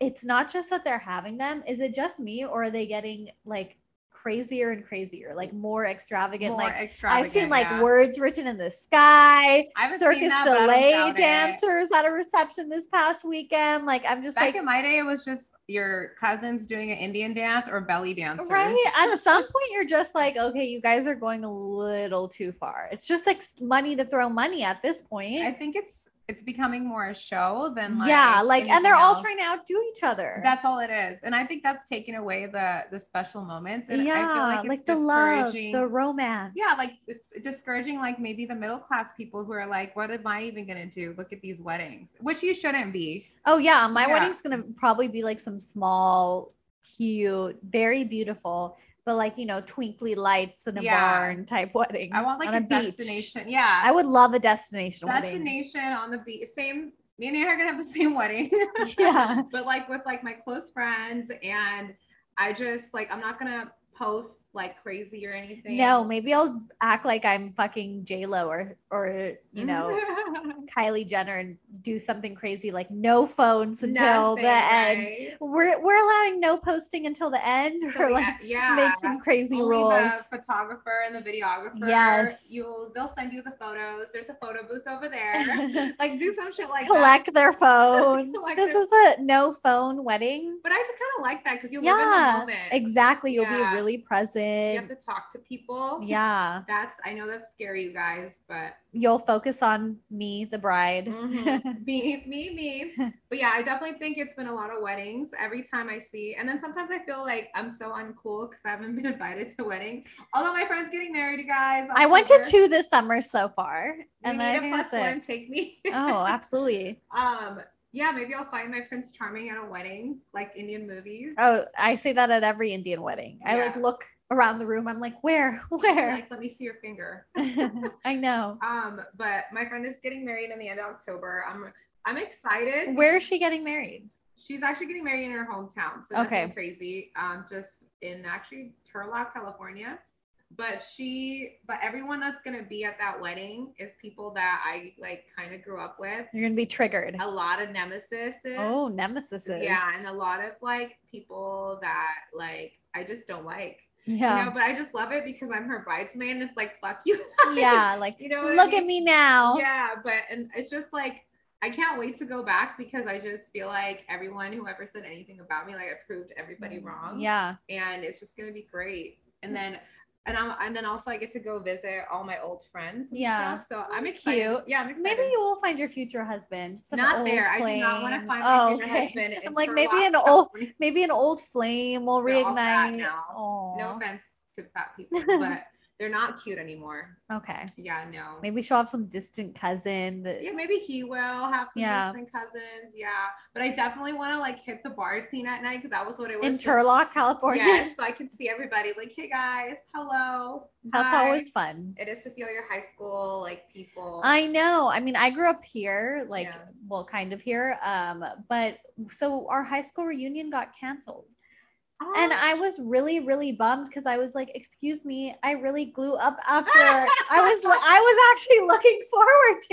[SPEAKER 1] it's not just that they're having them. Is it just me or are they getting like crazier and crazier? Like more extravagant
[SPEAKER 2] More
[SPEAKER 1] like
[SPEAKER 2] extravagant.
[SPEAKER 1] I've seen like
[SPEAKER 2] yeah.
[SPEAKER 1] words written in the sky,
[SPEAKER 2] I haven't seen
[SPEAKER 1] circus
[SPEAKER 2] that, but I don't doubt
[SPEAKER 1] delay
[SPEAKER 2] it.
[SPEAKER 1] dancers at a reception this past weekend. Like I'm just
[SPEAKER 2] Back
[SPEAKER 1] like
[SPEAKER 2] in my day, it was just your cousins doing an Indian dance or belly dancers.
[SPEAKER 1] Right. At some point, you're just like, okay, you guys are going a little too far. It's just like s- money to throw money at this
[SPEAKER 2] I
[SPEAKER 1] point.
[SPEAKER 2] think it's it's becoming more a show than like
[SPEAKER 1] yeah, like, and they're
[SPEAKER 2] anything
[SPEAKER 1] all
[SPEAKER 2] else.
[SPEAKER 1] trying to outdo each other.
[SPEAKER 2] That's all it is, and I think that's taking away the the special moments. And
[SPEAKER 1] yeah,
[SPEAKER 2] I feel like, it's
[SPEAKER 1] like the love,
[SPEAKER 2] discouraging-
[SPEAKER 1] the romance.
[SPEAKER 2] yeah, like it's discouraging. Like maybe the middle class people who are like, "What am I even gonna do? Look at these weddings," which you shouldn't be.
[SPEAKER 1] oh yeah, my
[SPEAKER 2] Yeah.
[SPEAKER 1] wedding's gonna probably be like some small, cute, very beautiful, but like you know, twinkly lights in a
[SPEAKER 2] Yeah.
[SPEAKER 1] barn type wedding.
[SPEAKER 2] I want like
[SPEAKER 1] on
[SPEAKER 2] a,
[SPEAKER 1] beach.
[SPEAKER 2] destination. Yeah,
[SPEAKER 1] I would love a destination,
[SPEAKER 2] destination on the beach. Same. Me and you are gonna have the same wedding.
[SPEAKER 1] wedding. Yeah,
[SPEAKER 2] but like with like my close friends and i just like i'm not gonna post like crazy or anything
[SPEAKER 1] no, maybe I'll act like I'm fucking J Lo or or you know.
[SPEAKER 2] Mm-hmm.
[SPEAKER 1] Kylie Jenner and do something crazy like no phones until
[SPEAKER 2] Nothing,
[SPEAKER 1] the end.
[SPEAKER 2] right?
[SPEAKER 1] We're we're allowing no posting until the end
[SPEAKER 2] So
[SPEAKER 1] or
[SPEAKER 2] we-
[SPEAKER 1] like
[SPEAKER 2] yeah
[SPEAKER 1] make some crazy
[SPEAKER 2] only
[SPEAKER 1] rules.
[SPEAKER 2] the photographer and the videographer
[SPEAKER 1] Yes.
[SPEAKER 2] you'll they'll send you the photos there's a photo booth over there like do some shit like that
[SPEAKER 1] Collect their phones.
[SPEAKER 2] Collect
[SPEAKER 1] this
[SPEAKER 2] their-
[SPEAKER 1] is a no phone wedding.
[SPEAKER 2] but i kind of like that because you
[SPEAKER 1] Yeah,
[SPEAKER 2] live in the moment
[SPEAKER 1] Exactly. You'll
[SPEAKER 2] Yeah.
[SPEAKER 1] be really
[SPEAKER 2] you have
[SPEAKER 1] present.
[SPEAKER 2] to talk to people
[SPEAKER 1] Yeah.
[SPEAKER 2] that's i know that's scary you guys but
[SPEAKER 1] You'll focus on me, the bride.
[SPEAKER 2] Mhm. me, me, me. But yeah, I definitely think it's been a lot of weddings every time I see. And then sometimes I feel like I'm so uncool because I haven't been invited to weddings. Although my friend's getting married, you guys.
[SPEAKER 1] I went to
[SPEAKER 2] October.
[SPEAKER 1] two this summer so far.
[SPEAKER 2] We
[SPEAKER 1] And
[SPEAKER 2] need
[SPEAKER 1] I
[SPEAKER 2] a
[SPEAKER 1] think
[SPEAKER 2] plus
[SPEAKER 1] that's it.
[SPEAKER 2] one. Take me.
[SPEAKER 1] Oh, absolutely.
[SPEAKER 2] um. Yeah, maybe I'll find my Prince Charming at a wedding, like Indian movies.
[SPEAKER 1] Oh, I say that at every Indian wedding. I like
[SPEAKER 2] Yeah.
[SPEAKER 1] look around the room. I'm like, where? Where?
[SPEAKER 2] Like, let me see your finger.
[SPEAKER 1] I know.
[SPEAKER 2] Um, but my friend is getting married in the end of October. I'm I'm excited.
[SPEAKER 1] Where is she getting married?
[SPEAKER 2] She's actually getting married in her hometown. So nothing
[SPEAKER 1] Okay.
[SPEAKER 2] Crazy. Um, just in actually Turlock, California. But she, but everyone that's gonna be at that wedding is people that I like kind of grew up with.
[SPEAKER 1] You're gonna be triggered.
[SPEAKER 2] A lot of nemesis.
[SPEAKER 1] Oh, nemesis.
[SPEAKER 2] Yeah, and a lot of like people that like I just don't like. You know,
[SPEAKER 1] yeah,
[SPEAKER 2] but I just love it because I'm her bridesmaid and it's like fuck you.
[SPEAKER 1] yeah. Like,
[SPEAKER 2] You know what I
[SPEAKER 1] look at
[SPEAKER 2] mean?
[SPEAKER 1] me now.
[SPEAKER 2] Yeah, but and it's just like I can't wait to go back because I just feel like everyone who ever said anything about me, like I proved everybody wrong.
[SPEAKER 1] Mm, Yeah.
[SPEAKER 2] And it's just gonna be great.
[SPEAKER 1] Mm.
[SPEAKER 2] And then and I'm and then also I get to go visit all my old friends. and
[SPEAKER 1] Yeah.
[SPEAKER 2] stuff. So I'm
[SPEAKER 1] Cute.
[SPEAKER 2] excited. Yeah, I'm excited.
[SPEAKER 1] Maybe you will find your future husband. Some
[SPEAKER 2] not
[SPEAKER 1] old
[SPEAKER 2] there. I do not want to
[SPEAKER 1] flame.
[SPEAKER 2] find my
[SPEAKER 1] Oh,
[SPEAKER 2] future
[SPEAKER 1] okay.
[SPEAKER 2] husband. in
[SPEAKER 1] I'm like, maybe
[SPEAKER 2] Turlock,
[SPEAKER 1] an old-
[SPEAKER 2] California.
[SPEAKER 1] Maybe an old flame will
[SPEAKER 2] They're all fat
[SPEAKER 1] reignite.
[SPEAKER 2] now.
[SPEAKER 1] Oh.
[SPEAKER 2] No offense to fat people, but they're not cute anymore.
[SPEAKER 1] Okay.
[SPEAKER 2] Yeah, no.
[SPEAKER 1] Maybe she'll have some distant cousin. That,
[SPEAKER 2] yeah, maybe he will have some
[SPEAKER 1] Yeah.
[SPEAKER 2] distant cousins. Yeah, but I definitely want to like hit the bar scene at night because that was what it was
[SPEAKER 1] in
[SPEAKER 2] just-
[SPEAKER 1] Turlock, California.
[SPEAKER 2] Yes, so I can see everybody. Like, hey guys, hello.
[SPEAKER 1] That's
[SPEAKER 2] hi."
[SPEAKER 1] always fun.
[SPEAKER 2] It is to see all your high school like people.
[SPEAKER 1] I know. I mean, I grew up here, like,
[SPEAKER 2] Yeah.
[SPEAKER 1] well, kind of here. Um, but so our high school reunion got canceled.
[SPEAKER 2] Oh,
[SPEAKER 1] And I was really, really bummed because I was like, "Excuse me, I really glue up after." I was, li- I was actually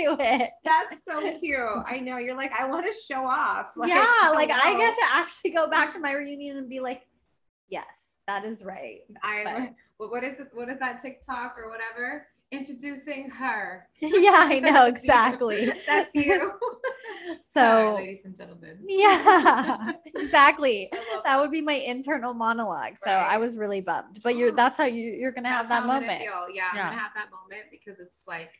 [SPEAKER 1] looking forward to it.
[SPEAKER 2] that's so cute. I know you're like I want to show off.
[SPEAKER 1] yeah, like I
[SPEAKER 2] hello.
[SPEAKER 1] get to actually go back to my reunion and be like, "Yes, that is right."
[SPEAKER 2] I what, what is it? What is that TikTok or whatever? Introducing her.
[SPEAKER 1] yeah, I know exactly.
[SPEAKER 2] that's you. Sorry,
[SPEAKER 1] So,
[SPEAKER 2] ladies and gentlemen.
[SPEAKER 1] yeah, exactly.
[SPEAKER 2] I love
[SPEAKER 1] That would be my internal monologue. So
[SPEAKER 2] Right.
[SPEAKER 1] I was really bummed, but you're that's how you you're gonna have
[SPEAKER 2] That's
[SPEAKER 1] that
[SPEAKER 2] how I'm gonna
[SPEAKER 1] moment.
[SPEAKER 2] feel. Yeah, I'm
[SPEAKER 1] Yeah.
[SPEAKER 2] gonna have that moment because it's like,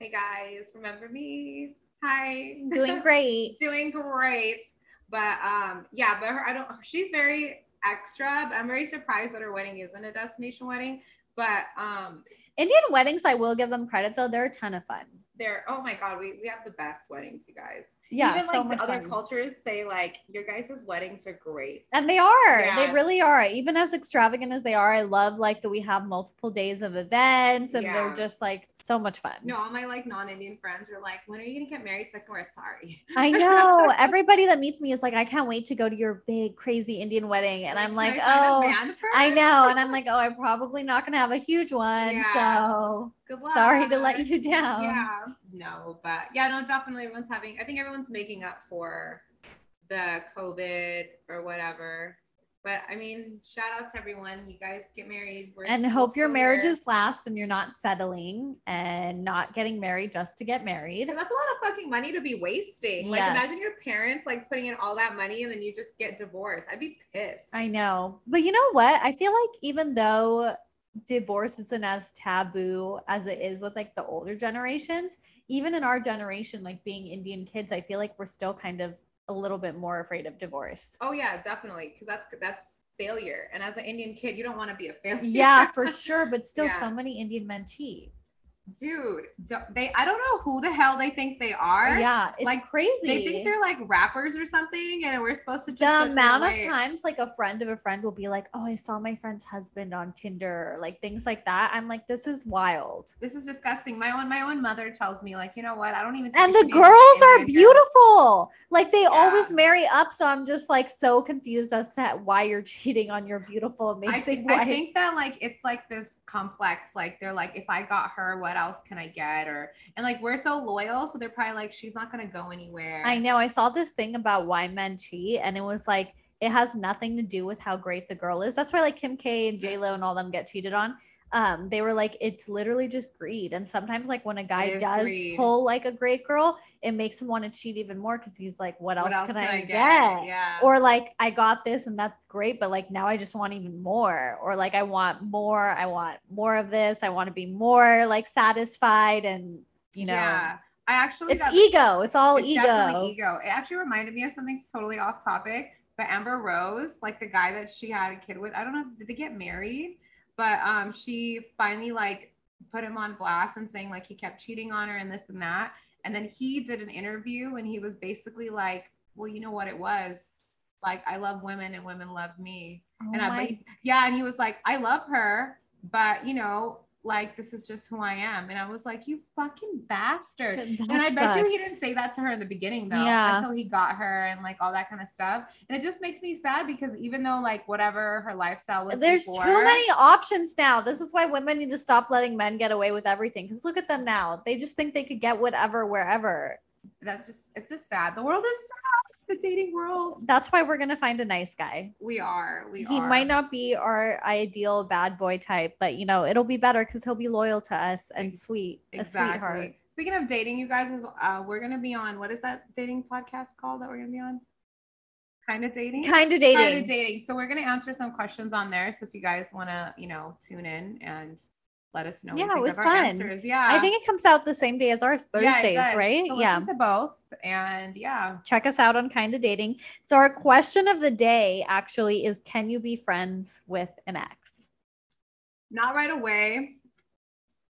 [SPEAKER 2] hey guys, remember me? Hi,
[SPEAKER 1] Doing great.
[SPEAKER 2] doing great. But um, yeah, but her, I don't. She's very extra. But I'm very surprised that her wedding isn't a destination wedding. But um,
[SPEAKER 1] Indian weddings, I will give them credit though; they're a ton of fun.
[SPEAKER 2] they're oh my god, we we have the best weddings, you guys.
[SPEAKER 1] Yeah,
[SPEAKER 2] Even
[SPEAKER 1] so
[SPEAKER 2] like
[SPEAKER 1] much
[SPEAKER 2] the other
[SPEAKER 1] fun.
[SPEAKER 2] cultures say like your guys' weddings are great.
[SPEAKER 1] And they are.
[SPEAKER 2] Yeah.
[SPEAKER 1] They really are. Even as extravagant as they are, I love like that we have multiple days of events and
[SPEAKER 2] Yeah.
[SPEAKER 1] they're just like so much fun.
[SPEAKER 2] No, all my like non-Indian friends were like, when are you gonna get married? So I can wear a sari.
[SPEAKER 1] I know. Everybody that meets me is like, I can't wait to go to your big crazy Indian wedding. And I'm like,
[SPEAKER 2] "Can I find a
[SPEAKER 1] oh,
[SPEAKER 2] man first?"
[SPEAKER 1] I know. And I'm like, oh, I'm probably not going to have a huge one.
[SPEAKER 2] Yeah.
[SPEAKER 1] So
[SPEAKER 2] Good luck.
[SPEAKER 1] sorry to let you down.
[SPEAKER 2] Yeah. No, but yeah, no, definitely everyone's having, I think everyone's making up for the COVID or whatever. But I mean, shout out to everyone. You guys get married. We're
[SPEAKER 1] And
[SPEAKER 2] still
[SPEAKER 1] hope your
[SPEAKER 2] here.
[SPEAKER 1] marriages last and you're not settling and not getting married just to get married.
[SPEAKER 2] Because that's a lot of fucking money to be wasting. Like,
[SPEAKER 1] Yes.
[SPEAKER 2] imagine your parents like putting in all that money and then you just get divorced. I'd be pissed.
[SPEAKER 1] I know. But you know what? I feel like even though divorce isn't as taboo as it is with like the older generations. Even in our generation, like being Indian kids, I feel like we're still kind of a little bit more afraid of divorce.
[SPEAKER 2] Oh yeah, definitely. Cause that's that's failure. And as an Indian kid, you don't want to be a failure.
[SPEAKER 1] Yeah, for sure. But still,
[SPEAKER 2] Yeah.
[SPEAKER 1] so many Indian men cheat.
[SPEAKER 2] Dude, don't- they I don't know who the hell they think they are.
[SPEAKER 1] Uh, Yeah, it's
[SPEAKER 2] Like,
[SPEAKER 1] crazy.
[SPEAKER 2] They think they're like rappers or something, and we're supposed to just
[SPEAKER 1] the
[SPEAKER 2] sit there
[SPEAKER 1] amount of
[SPEAKER 2] like-
[SPEAKER 1] times like a friend of a friend will be like, "Oh, I saw my friend's husband on Tinder," or, like things like that. I'm like, this is wild.
[SPEAKER 2] This is disgusting. My own my own mother tells me like, you know what? I don't even. think
[SPEAKER 1] And
[SPEAKER 2] you
[SPEAKER 1] the
[SPEAKER 2] should be with an
[SPEAKER 1] girls are
[SPEAKER 2] Indian girl."
[SPEAKER 1] beautiful. Like they
[SPEAKER 2] Yeah.
[SPEAKER 1] always marry up. So I'm just like so confused as to why you're cheating on your beautiful,
[SPEAKER 2] I,
[SPEAKER 1] amazing
[SPEAKER 2] I
[SPEAKER 1] wife.
[SPEAKER 2] think that like it's like this complex like they're like if I got her what else can I get or and like we're so loyal so they're probably like she's not gonna go anywhere
[SPEAKER 1] I know. I saw this thing about why men cheat, and it was like it has nothing to do with how great the girl is. That's why like Kim K and J Lo and all them get cheated on. Um, they were like, it's literally just greed. And sometimes like when a guy
[SPEAKER 2] is
[SPEAKER 1] does
[SPEAKER 2] greed.
[SPEAKER 1] pull like a great girl, it makes him want to cheat even more because he's like, what else, can, I, get?
[SPEAKER 2] yeah
[SPEAKER 1] Or like I got this and that's great, but like now I just want even more. Or like I want more. I want more of this. I want to be more like satisfied and you know.
[SPEAKER 2] yeah I actually
[SPEAKER 1] It's
[SPEAKER 2] got-
[SPEAKER 1] ego. It's all
[SPEAKER 2] it's
[SPEAKER 1] Oh, ego.
[SPEAKER 2] definitely ego it actually reminded me of something totally off topic but Amber Rose like the guy that she had a kid with I don't know did they get married but um she finally like put him on blast and saying like he kept cheating on her and this and that and then he did an interview and he was basically like well you know what it was like I love women and women love me
[SPEAKER 1] Oh
[SPEAKER 2] and I
[SPEAKER 1] my
[SPEAKER 2] but, yeah and he was like I love her but you know like this is just who I am and I was like you fucking bastard and I bet you he didn't say that to her in the beginning though,
[SPEAKER 1] Yeah.
[SPEAKER 2] until he got her and like all that kind of stuff. And it just makes me sad because even though like whatever her lifestyle was,
[SPEAKER 1] There's
[SPEAKER 2] before,
[SPEAKER 1] too many options now. This is why women need to stop letting men get away with everything. Because look at them now. They just think they could get whatever, wherever.
[SPEAKER 2] That's just it's just sad. The world is sad. The dating world.
[SPEAKER 1] That's why we're going to find a nice guy.
[SPEAKER 2] We are. We
[SPEAKER 1] He
[SPEAKER 2] are.
[SPEAKER 1] might not be our ideal bad boy type, but you know, it'll be better because he'll be loyal to us and
[SPEAKER 2] Ex-
[SPEAKER 1] sweet. A sweetheart.
[SPEAKER 2] exactly. Speaking of dating, you guys is uh, we're gonna be on what is that dating podcast called that we're gonna be on? Kind of dating.
[SPEAKER 1] Kind of dating.
[SPEAKER 2] Kind of dating. So we're gonna answer some questions on there. So if you guys wanna, you know, tune in and let us know. what you
[SPEAKER 1] Yeah, it
[SPEAKER 2] think
[SPEAKER 1] was
[SPEAKER 2] of
[SPEAKER 1] fun.
[SPEAKER 2] Our answers. Yeah,
[SPEAKER 1] I think it comes out the same day as ours,
[SPEAKER 2] Yeah, it
[SPEAKER 1] Thursdays,
[SPEAKER 2] does.
[SPEAKER 1] right?
[SPEAKER 2] So
[SPEAKER 1] yeah.
[SPEAKER 2] listen to both, and yeah,
[SPEAKER 1] Check us out on Kind of Dating. So, our question of the day actually is Can you be friends with an ex?
[SPEAKER 2] not right away.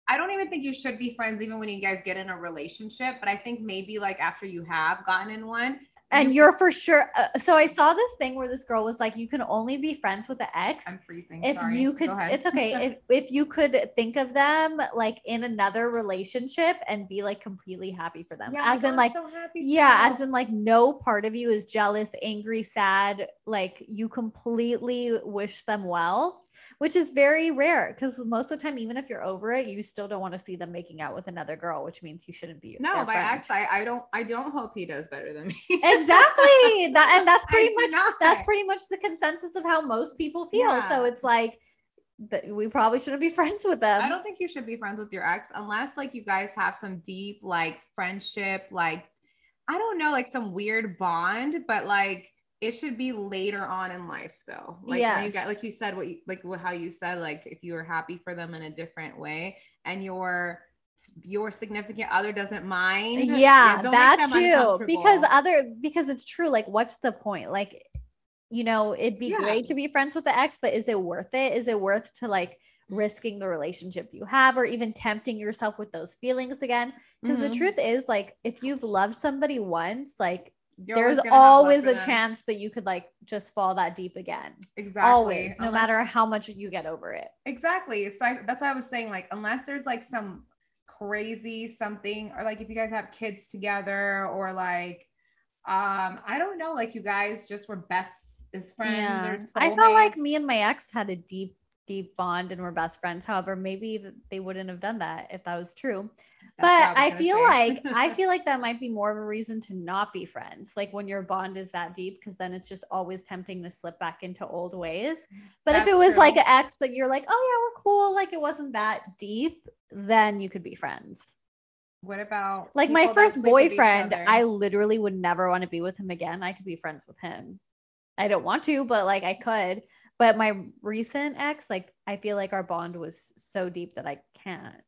[SPEAKER 2] I don't even think you should be friends even when you guys get in a relationship, but I think maybe like after you have gotten in one,
[SPEAKER 1] and
[SPEAKER 2] you-
[SPEAKER 1] you're for sure. Uh, so I saw this thing where this girl was like, "You can only be friends with the ex
[SPEAKER 2] I'm freezing.
[SPEAKER 1] if
[SPEAKER 2] sorry.
[SPEAKER 1] you
[SPEAKER 2] Go
[SPEAKER 1] could."
[SPEAKER 2] ahead.
[SPEAKER 1] It's okay if if you could think of them like in another relationship and be like completely happy for them,
[SPEAKER 2] Yeah,
[SPEAKER 1] um, as
[SPEAKER 2] like,
[SPEAKER 1] in
[SPEAKER 2] "Oh,
[SPEAKER 1] like.
[SPEAKER 2] I'm so happy
[SPEAKER 1] Yeah,
[SPEAKER 2] for
[SPEAKER 1] as in like no part of you is jealous, angry, sad. Like you completely wish them well, which is very rare because most of the time, even if you're over it, you still don't want to see them making out with another girl, which means you shouldn't be.
[SPEAKER 2] no,
[SPEAKER 1] their
[SPEAKER 2] my
[SPEAKER 1] friend.
[SPEAKER 2] ex, I, I don't, I don't hope he does better than me.
[SPEAKER 1] exactly that and that's
[SPEAKER 2] I
[SPEAKER 1] pretty
[SPEAKER 2] do
[SPEAKER 1] much
[SPEAKER 2] not.
[SPEAKER 1] that's pretty much the consensus of how most people feel so
[SPEAKER 2] Yeah.
[SPEAKER 1] it's like that we probably shouldn't be friends with them
[SPEAKER 2] I don't think you should be friends with your ex unless like you guys have some deep like friendship, like I don't know, like some weird bond, but like it should be later on in life though. Like when you
[SPEAKER 1] Yes.
[SPEAKER 2] got like you said what you like what, how you said like if you were happy for them in a different way and your your significant other doesn't mind.
[SPEAKER 1] yeah,
[SPEAKER 2] don't make
[SPEAKER 1] that
[SPEAKER 2] them
[SPEAKER 1] too because
[SPEAKER 2] uncomfortable.
[SPEAKER 1] other because it's true like what's the point like you know it'd be
[SPEAKER 2] Yeah.
[SPEAKER 1] great to be friends with the ex but is it worth it is it worth to like risking the relationship you have or even tempting yourself with those feelings again because the
[SPEAKER 2] Mhm.
[SPEAKER 1] truth is like if you've loved somebody once like
[SPEAKER 2] You're
[SPEAKER 1] there's
[SPEAKER 2] gonna have love
[SPEAKER 1] always
[SPEAKER 2] for
[SPEAKER 1] a
[SPEAKER 2] them.
[SPEAKER 1] chance that you could like just fall that deep again.
[SPEAKER 2] Exactly.
[SPEAKER 1] Always, no
[SPEAKER 2] Unless-
[SPEAKER 1] matter how much you get over it.
[SPEAKER 2] Exactly. So I, that's what I was saying. Like, unless there's like some crazy something, or like if you guys have kids together, or like, um, I don't know, like you guys just were best friends. or
[SPEAKER 1] I felt like
[SPEAKER 2] soulmates.
[SPEAKER 1] me and my ex had a deep, deep bond and were best friends. However, maybe th- they wouldn't have done that if that was true.
[SPEAKER 2] That's what
[SPEAKER 1] but I,
[SPEAKER 2] was
[SPEAKER 1] feel
[SPEAKER 2] gonna say.
[SPEAKER 1] like I feel like that might be more of a reason to not be friends. Like when your bond is that deep, because then it's just always tempting to slip back into old ways. But if
[SPEAKER 2] That's
[SPEAKER 1] it was like
[SPEAKER 2] true.
[SPEAKER 1] an ex that you're like, oh yeah, we're cool, like it wasn't that deep, then you could be friends.
[SPEAKER 2] what about
[SPEAKER 1] like my
[SPEAKER 2] people that
[SPEAKER 1] first
[SPEAKER 2] sleep with each
[SPEAKER 1] boyfriend
[SPEAKER 2] other?
[SPEAKER 1] i literally would never want to be with him again i could be friends with him i don't want to but like i could But my recent ex, like I feel like our bond was so deep that I can't.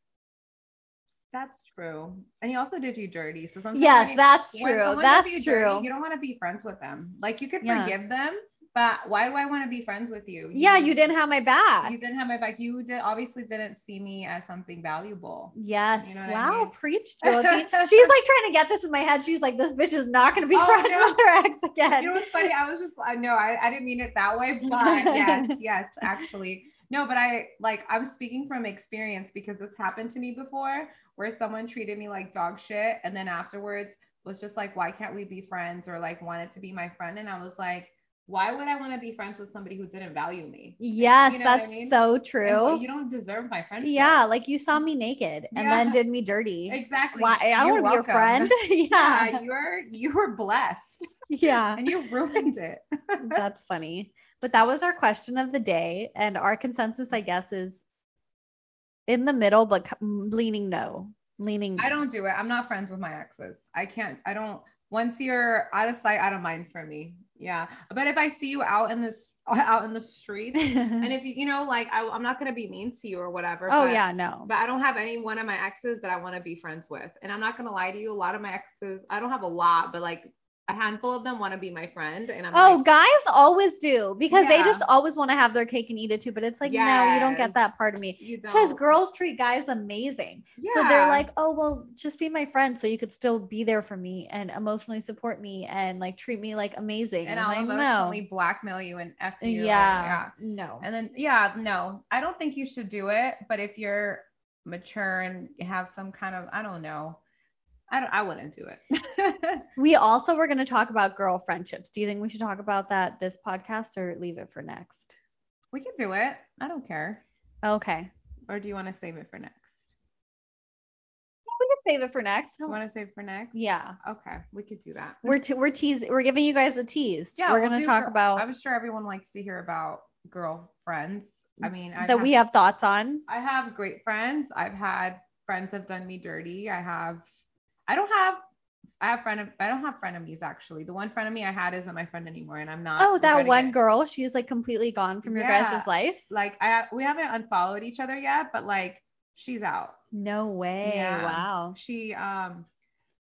[SPEAKER 2] That's true. And he also did you dirty. So sometimes
[SPEAKER 1] Yes,
[SPEAKER 2] when you-
[SPEAKER 1] that's
[SPEAKER 2] when
[SPEAKER 1] true.
[SPEAKER 2] someone does
[SPEAKER 1] That's
[SPEAKER 2] you dirty,
[SPEAKER 1] true.
[SPEAKER 2] you don't want to be friends with them. Like you could
[SPEAKER 1] Yeah.
[SPEAKER 2] forgive them, but why do I want to be friends with you?
[SPEAKER 1] Yeah, you didn't have my back.
[SPEAKER 2] You didn't have my back. You did obviously didn't see me as something valuable.
[SPEAKER 1] Yes.
[SPEAKER 2] You know what I
[SPEAKER 1] wow.
[SPEAKER 2] mean?
[SPEAKER 1] Preach, Dorothy. She's like trying to get this in my head. She's like, this bitch is not going to be
[SPEAKER 2] Oh,
[SPEAKER 1] friends
[SPEAKER 2] no.
[SPEAKER 1] with her ex again.
[SPEAKER 2] You know what's funny? I was just I know I, I didn't mean it that way, but yes, yes, actually. No, but I like I'm speaking from experience because this happened to me before where someone treated me like dog shit and then afterwards was just like, why can't we be friends? Or like wanted to be my friend. And I was like, why would I want to be friends with somebody who didn't value me?
[SPEAKER 1] yes,
[SPEAKER 2] You know what I
[SPEAKER 1] that's
[SPEAKER 2] mean?
[SPEAKER 1] so
[SPEAKER 2] And, well,
[SPEAKER 1] true.
[SPEAKER 2] you don't deserve my friendship.
[SPEAKER 1] Yeah. Like you saw me naked and then
[SPEAKER 2] Yeah.
[SPEAKER 1] did me dirty.
[SPEAKER 2] Exactly.
[SPEAKER 1] Why? I
[SPEAKER 2] You're
[SPEAKER 1] don't want to be your
[SPEAKER 2] welcome.
[SPEAKER 1] friend.
[SPEAKER 2] Yeah,
[SPEAKER 1] yeah.
[SPEAKER 2] you're you were blessed
[SPEAKER 1] Yeah.
[SPEAKER 2] and you ruined it.
[SPEAKER 1] That's funny. But that was our question of the day. And our consensus, I guess, is in the middle, but c- mm, leaning no. Leaning.
[SPEAKER 2] I don't do it. I'm not friends with my exes. I can't. I don't. Once you're out of sight, out of mind for me. Yeah. But if I see you out in this out in the
[SPEAKER 1] Oh,
[SPEAKER 2] street, and if you you know like I, I'm not gonna be mean to you or whatever.
[SPEAKER 1] oh,
[SPEAKER 2] but-
[SPEAKER 1] yeah. No.
[SPEAKER 2] But I don't have any one of my exes that I want to be friends with, and I'm not gonna lie to you. A lot of my exes, I don't have a lot, but like a handful of them want to be my friend, and I'm
[SPEAKER 1] Oh,
[SPEAKER 2] like,
[SPEAKER 1] guys always do because they
[SPEAKER 2] Yeah.
[SPEAKER 1] just always want to have their cake and eat it too. But it's like, no, you don't get that
[SPEAKER 2] Yes.
[SPEAKER 1] part of me.
[SPEAKER 2] you don't.
[SPEAKER 1] Because girls treat guys amazing.
[SPEAKER 2] yeah.
[SPEAKER 1] So they're like, oh, well, just be my friend so you could still be there for me and emotionally support me and like treat me like amazing.
[SPEAKER 2] and
[SPEAKER 1] I'm
[SPEAKER 2] I'll
[SPEAKER 1] like,
[SPEAKER 2] emotionally blackmail you and f
[SPEAKER 1] no.
[SPEAKER 2] you. like,
[SPEAKER 1] yeah. No.
[SPEAKER 2] And then, yeah, no, I don't think you should do it. But if you're mature and have some kind of, I don't know, I don't, I wouldn't do it.
[SPEAKER 1] We also were going to talk about girl friendships. Do you think we should talk about that this podcast or leave it for next?
[SPEAKER 2] we can do it. I don't care.
[SPEAKER 1] Okay.
[SPEAKER 2] Or do you want to save it for next?
[SPEAKER 1] We can save it for next.
[SPEAKER 2] You want to save it for next?
[SPEAKER 1] Yeah.
[SPEAKER 2] Okay, we could do that.
[SPEAKER 1] Oh. We're te- we're teasing. We're giving you guys a tease.
[SPEAKER 2] Yeah,
[SPEAKER 1] we're
[SPEAKER 2] we'll
[SPEAKER 1] going
[SPEAKER 2] do
[SPEAKER 1] to talk
[SPEAKER 2] girl-
[SPEAKER 1] about
[SPEAKER 2] I'm sure everyone likes to hear about girlfriends. I mean, I
[SPEAKER 1] that we have thoughts on.
[SPEAKER 2] I have great friends. I've had friends have done me dirty. I have, I don't have, I have friend of, I don't have frenemies actually. The one friend of me I had isn't my friend anymore, and I'm not.
[SPEAKER 1] Oh, that
[SPEAKER 2] regretting
[SPEAKER 1] one
[SPEAKER 2] it.
[SPEAKER 1] girl, she's like completely gone from your
[SPEAKER 2] Yeah.
[SPEAKER 1] guys' life.
[SPEAKER 2] Like I, we haven't unfollowed each other yet, but like she's out.
[SPEAKER 1] No way.
[SPEAKER 2] Yeah.
[SPEAKER 1] Wow.
[SPEAKER 2] She, um,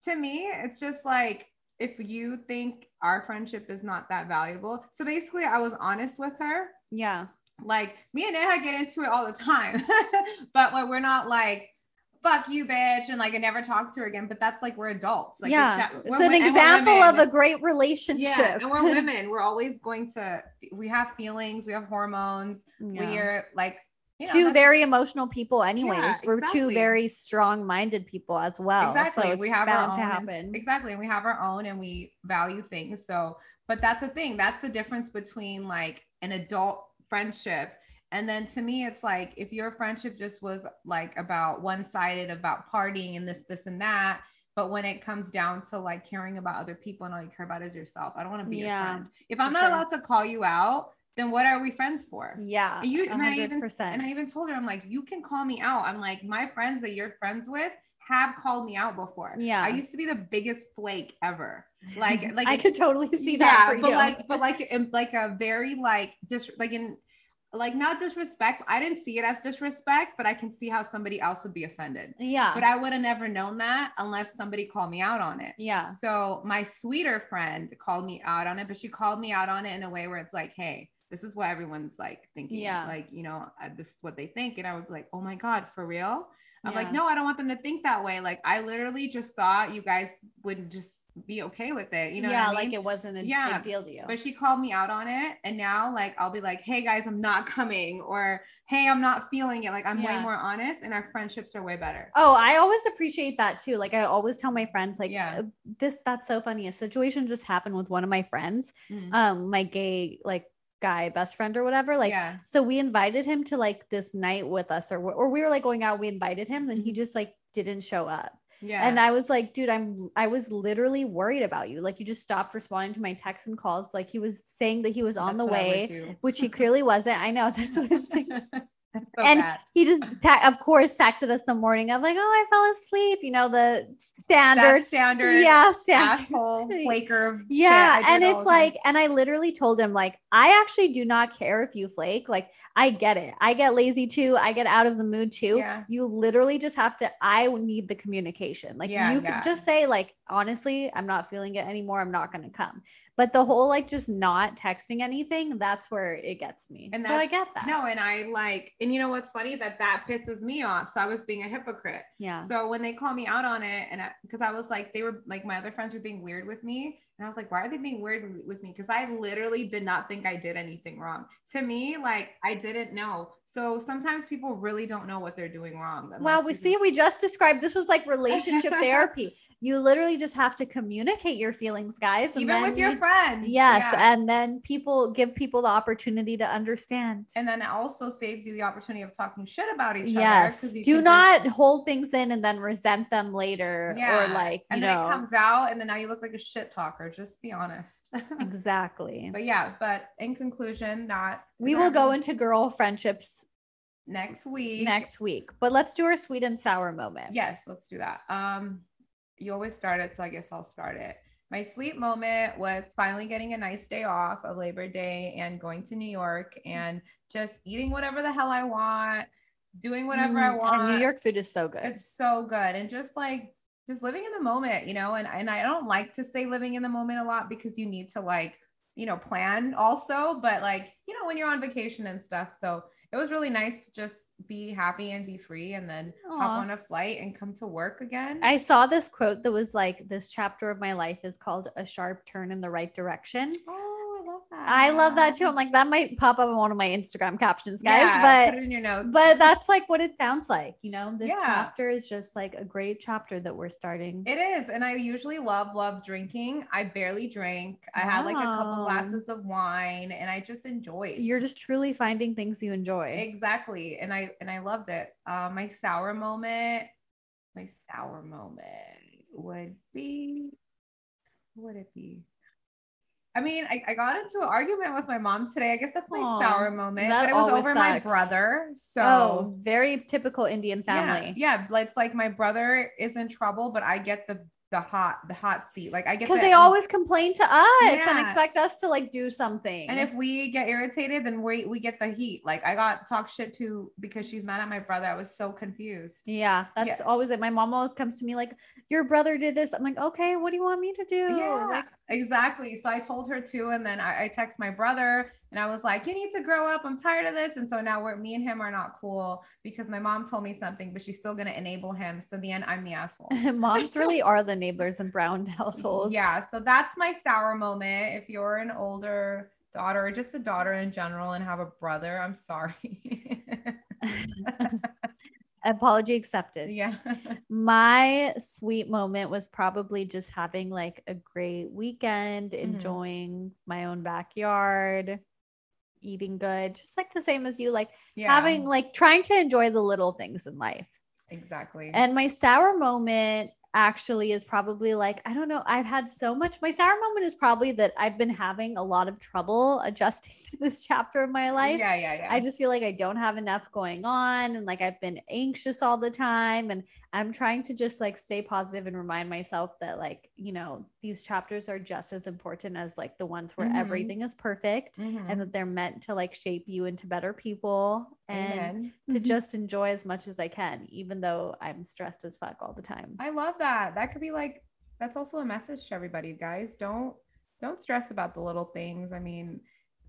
[SPEAKER 2] to me, it's just like if you think our friendship is not that valuable. So basically, I was honest with her.
[SPEAKER 1] Yeah.
[SPEAKER 2] Like me and Neha get into it all the time, but when we're not like, fuck you, bitch, and like I never talk to her again. But that's like we're adults. Like
[SPEAKER 1] yeah.
[SPEAKER 2] we're-
[SPEAKER 1] It's
[SPEAKER 2] we're-
[SPEAKER 1] an
[SPEAKER 2] and we're
[SPEAKER 1] example of
[SPEAKER 2] women.
[SPEAKER 1] a great relationship.
[SPEAKER 2] yeah, and we're women. We're always going to. We have feelings. We have hormones.
[SPEAKER 1] Yeah.
[SPEAKER 2] We're like you know,
[SPEAKER 1] two
[SPEAKER 2] that's-
[SPEAKER 1] very emotional people anyways
[SPEAKER 2] Yeah,
[SPEAKER 1] we're two
[SPEAKER 2] exactly.
[SPEAKER 1] very strong-minded people as well
[SPEAKER 2] exactly.
[SPEAKER 1] so it's
[SPEAKER 2] we have
[SPEAKER 1] bound
[SPEAKER 2] our
[SPEAKER 1] to
[SPEAKER 2] own,
[SPEAKER 1] happen
[SPEAKER 2] Exactly, and we have our own, and we value things. So, but that's the thing. That's the difference between like an adult friendship. And then to me, it's like if your friendship just was like about one sided, about partying and this, this, and that. But when it comes down to like caring about other people and all you care about is yourself, I don't want to be
[SPEAKER 1] Yeah,
[SPEAKER 2] your friend. If I'm
[SPEAKER 1] for
[SPEAKER 2] not
[SPEAKER 1] sure.
[SPEAKER 2] allowed to call you out, then what are we friends for?
[SPEAKER 1] yeah
[SPEAKER 2] And you- and I even-
[SPEAKER 1] 100%
[SPEAKER 2] And I even told her, I'm like, you can call me out. I'm like, my friends that you're friends with have called me out before.
[SPEAKER 1] Yeah.
[SPEAKER 2] I used to be the biggest flake ever. Like, like
[SPEAKER 1] i could totally see
[SPEAKER 2] yeah,
[SPEAKER 1] that for
[SPEAKER 2] but
[SPEAKER 1] you.
[SPEAKER 2] like, but like, in, like a very like dis, like in, like not disrespect. I didn't see it as disrespect, but I can see how somebody else would be offended.
[SPEAKER 1] yeah
[SPEAKER 2] But I would have never known that unless somebody called me out on it.
[SPEAKER 1] yeah
[SPEAKER 2] So my sweeter friend called me out on it, but she called me out on it in a way where it's like, hey, this is what everyone's like thinking.
[SPEAKER 1] Yeah.
[SPEAKER 2] Like, you know, uh, this is what they think. And I would be like, oh my God, for real? I'm
[SPEAKER 1] Yeah.
[SPEAKER 2] like, no, I don't want them to think that way. Like, I literally just thought you guys would just be okay with it. You know,
[SPEAKER 1] yeah
[SPEAKER 2] what I mean?
[SPEAKER 1] like it wasn't a
[SPEAKER 2] Yeah,
[SPEAKER 1] big deal to you
[SPEAKER 2] But she called me out on it. And now, like, I'll be like, hey guys, I'm not coming, or hey, I'm not feeling it. Like, I'm
[SPEAKER 1] Yeah.
[SPEAKER 2] way more honest, and our friendships are way better.
[SPEAKER 1] Oh, I always appreciate that too. Like I always tell my friends, like "Uh,
[SPEAKER 2] Yeah.
[SPEAKER 1] this that's so funny. A situation just happened with one of my friends,
[SPEAKER 2] Mhm.
[SPEAKER 1] um, my gay like guy best friend or whatever. Like
[SPEAKER 2] yeah.
[SPEAKER 1] so we invited him to like this night with us or or we were like going out, we invited him, and he just like didn't show up.
[SPEAKER 2] Mm-hmm. Yeah.
[SPEAKER 1] And I was like, dude, I'm I was literally worried about you. Like you just stopped responding to my texts and calls. Like he was saying that he was on
[SPEAKER 2] That's
[SPEAKER 1] the
[SPEAKER 2] what I would
[SPEAKER 1] way,
[SPEAKER 2] do.
[SPEAKER 1] which he clearly wasn't. I know that's what I'm saying.
[SPEAKER 2] That's so
[SPEAKER 1] and
[SPEAKER 2] bad.
[SPEAKER 1] he just, ta- of course, texted us the morning of like, oh, I fell asleep. You know, the standard.
[SPEAKER 2] That standard
[SPEAKER 1] yeah, standard.
[SPEAKER 2] asshole flaker. of shit I
[SPEAKER 1] Yeah.
[SPEAKER 2] do
[SPEAKER 1] And
[SPEAKER 2] it all
[SPEAKER 1] it's
[SPEAKER 2] the time.
[SPEAKER 1] like, and I literally told him, like, I actually do not care if you flake. Like, I get it. I get lazy too. I get out of the mood too.
[SPEAKER 2] Yeah.
[SPEAKER 1] You literally just have to, I need the communication. Like,
[SPEAKER 2] Yeah,
[SPEAKER 1] you can
[SPEAKER 2] yeah.
[SPEAKER 1] just say, like, honestly, I'm not feeling it anymore. I'm not going to come. But the whole, like, just not texting anything, that's where it gets me.
[SPEAKER 2] And
[SPEAKER 1] so I
[SPEAKER 2] that's-
[SPEAKER 1] get that.
[SPEAKER 2] No, and I like, and you know what's funny that that pisses me off. So I was being a hypocrite.
[SPEAKER 1] Yeah.
[SPEAKER 2] So when they called me out on it, and because I, was like, they were like, my other friends were being weird with me, and I was like, why are they being weird w- with me? Because I literally did not think I did anything wrong. To me, like, I didn't know. So sometimes people really don't know what they're doing wrong.
[SPEAKER 1] Wow,
[SPEAKER 2] unless
[SPEAKER 1] we
[SPEAKER 2] you-
[SPEAKER 1] see we just described this was like relationship therapy. You literally just have to communicate your feelings, guys. and
[SPEAKER 2] even
[SPEAKER 1] then
[SPEAKER 2] with your
[SPEAKER 1] you-
[SPEAKER 2] friends.
[SPEAKER 1] Yes.
[SPEAKER 2] Yeah.
[SPEAKER 1] And then people give people the opportunity to understand.
[SPEAKER 2] And then it also saves you the opportunity of talking shit about each
[SPEAKER 1] yes.
[SPEAKER 2] other. 'cause you
[SPEAKER 1] Do
[SPEAKER 2] can just-
[SPEAKER 1] not hold things in and then resent them later
[SPEAKER 2] Yeah.
[SPEAKER 1] or like, you
[SPEAKER 2] and then it
[SPEAKER 1] know,
[SPEAKER 2] comes out, and then now you look like a shit talker. Just be honest.
[SPEAKER 1] exactly.
[SPEAKER 2] but yeah, but in conclusion, not
[SPEAKER 1] We will go into girl friendships
[SPEAKER 2] next week.
[SPEAKER 1] next week, but let's do our sweet and sour moment.
[SPEAKER 2] Yes, let's do that. Um, you always start it, so I guess I'll start it. My sweet moment was finally getting a nice day off of Labor Day and going to New York and just eating whatever the hell I want, doing whatever I
[SPEAKER 1] Mm,
[SPEAKER 2] want.
[SPEAKER 1] And New York food is so good.
[SPEAKER 2] It's so good. And just like just living in the moment, you know, and, and I don't like to say living in the moment a lot because you need to like, you know, plan also, but like, you know, when you're on vacation and stuff. So it was really nice to just be happy and be free and then hop
[SPEAKER 1] Aw.
[SPEAKER 2] on a flight and come to work again.
[SPEAKER 1] I saw this quote that was like, This chapter of my life is called A Sharp Turn in the Right Direction.
[SPEAKER 2] oh, I love that.
[SPEAKER 1] I love that too. I'm like, that might pop up on one of my Instagram captions, guys.
[SPEAKER 2] Yeah,
[SPEAKER 1] but
[SPEAKER 2] put it in your notes.
[SPEAKER 1] but that's like what it sounds like, you know. This
[SPEAKER 2] Yeah.
[SPEAKER 1] chapter is just like a great chapter that we're starting.
[SPEAKER 2] It is. And I usually love, love drinking. I barely drank. I had like a couple
[SPEAKER 1] Wow.
[SPEAKER 2] glasses of wine and I just enjoyed.
[SPEAKER 1] You're just truly finding things you enjoy.
[SPEAKER 2] Exactly. And I and I loved it. Uh, my sour moment, my sour moment would be what would it be? I mean, I, I got into an argument with my mom today. I guess that's my
[SPEAKER 1] Aw,
[SPEAKER 2] sour moment.
[SPEAKER 1] that
[SPEAKER 2] But it was
[SPEAKER 1] always
[SPEAKER 2] over my
[SPEAKER 1] sucks.
[SPEAKER 2] brother. So
[SPEAKER 1] oh, very typical Indian
[SPEAKER 2] yeah,
[SPEAKER 1] family.
[SPEAKER 2] Yeah, like it's like my brother is in trouble, but I get the the hot the hot seat. Like I get
[SPEAKER 1] Because
[SPEAKER 2] the-
[SPEAKER 1] they always complain to us and
[SPEAKER 2] Yeah.
[SPEAKER 1] expect us to like do something.
[SPEAKER 2] And if we get irritated, then we we get the heat. Like I got talk shit to because she's mad at my brother. I was so confused.
[SPEAKER 1] yeah, that's always it. My mom always comes to me like, "Your brother did this." I'm like, "Okay, what do you want me to do?"
[SPEAKER 2] Yeah,
[SPEAKER 1] Like,
[SPEAKER 2] exactly. So I told her too, and then I, I text my brother, and I was like, "You need to grow up. I'm tired of this." And so now we're me and him are not cool because my mom told me something, but she's still gonna enable him. So in the end, I'm the asshole.
[SPEAKER 1] Moms really are the neighbors in brown households.
[SPEAKER 2] yeah. So that's my sour moment. If you're an older daughter or just a daughter in general and have a brother, I'm sorry.
[SPEAKER 1] Apology accepted.
[SPEAKER 2] yeah.
[SPEAKER 1] My sweet moment was probably just having like a great weekend, enjoying my own backyard, eating good, just like the same as you, like
[SPEAKER 2] Yeah.
[SPEAKER 1] having like trying to enjoy the little things in life.
[SPEAKER 2] exactly.
[SPEAKER 1] And my sour moment actually is probably like, I don't know, I've had so much. My sour moment is probably that I've been having a lot of trouble adjusting to this chapter of my life.
[SPEAKER 2] yeah, yeah, yeah.
[SPEAKER 1] I just feel like I don't have enough going on and like I've been anxious all the time and I'm trying to just like stay positive and remind myself that like, you know, these chapters are just as important as like the ones where
[SPEAKER 2] Mhm.
[SPEAKER 1] everything is perfect
[SPEAKER 2] Mhm.
[SPEAKER 1] and that they're meant to like shape you into better people and
[SPEAKER 2] Amen. Mm-hmm.
[SPEAKER 1] to just enjoy as much as I can even though I'm stressed as fuck all the time.
[SPEAKER 2] I love that. That could be like that's also a message to everybody, guys. Don't don't stress about the little things. I mean,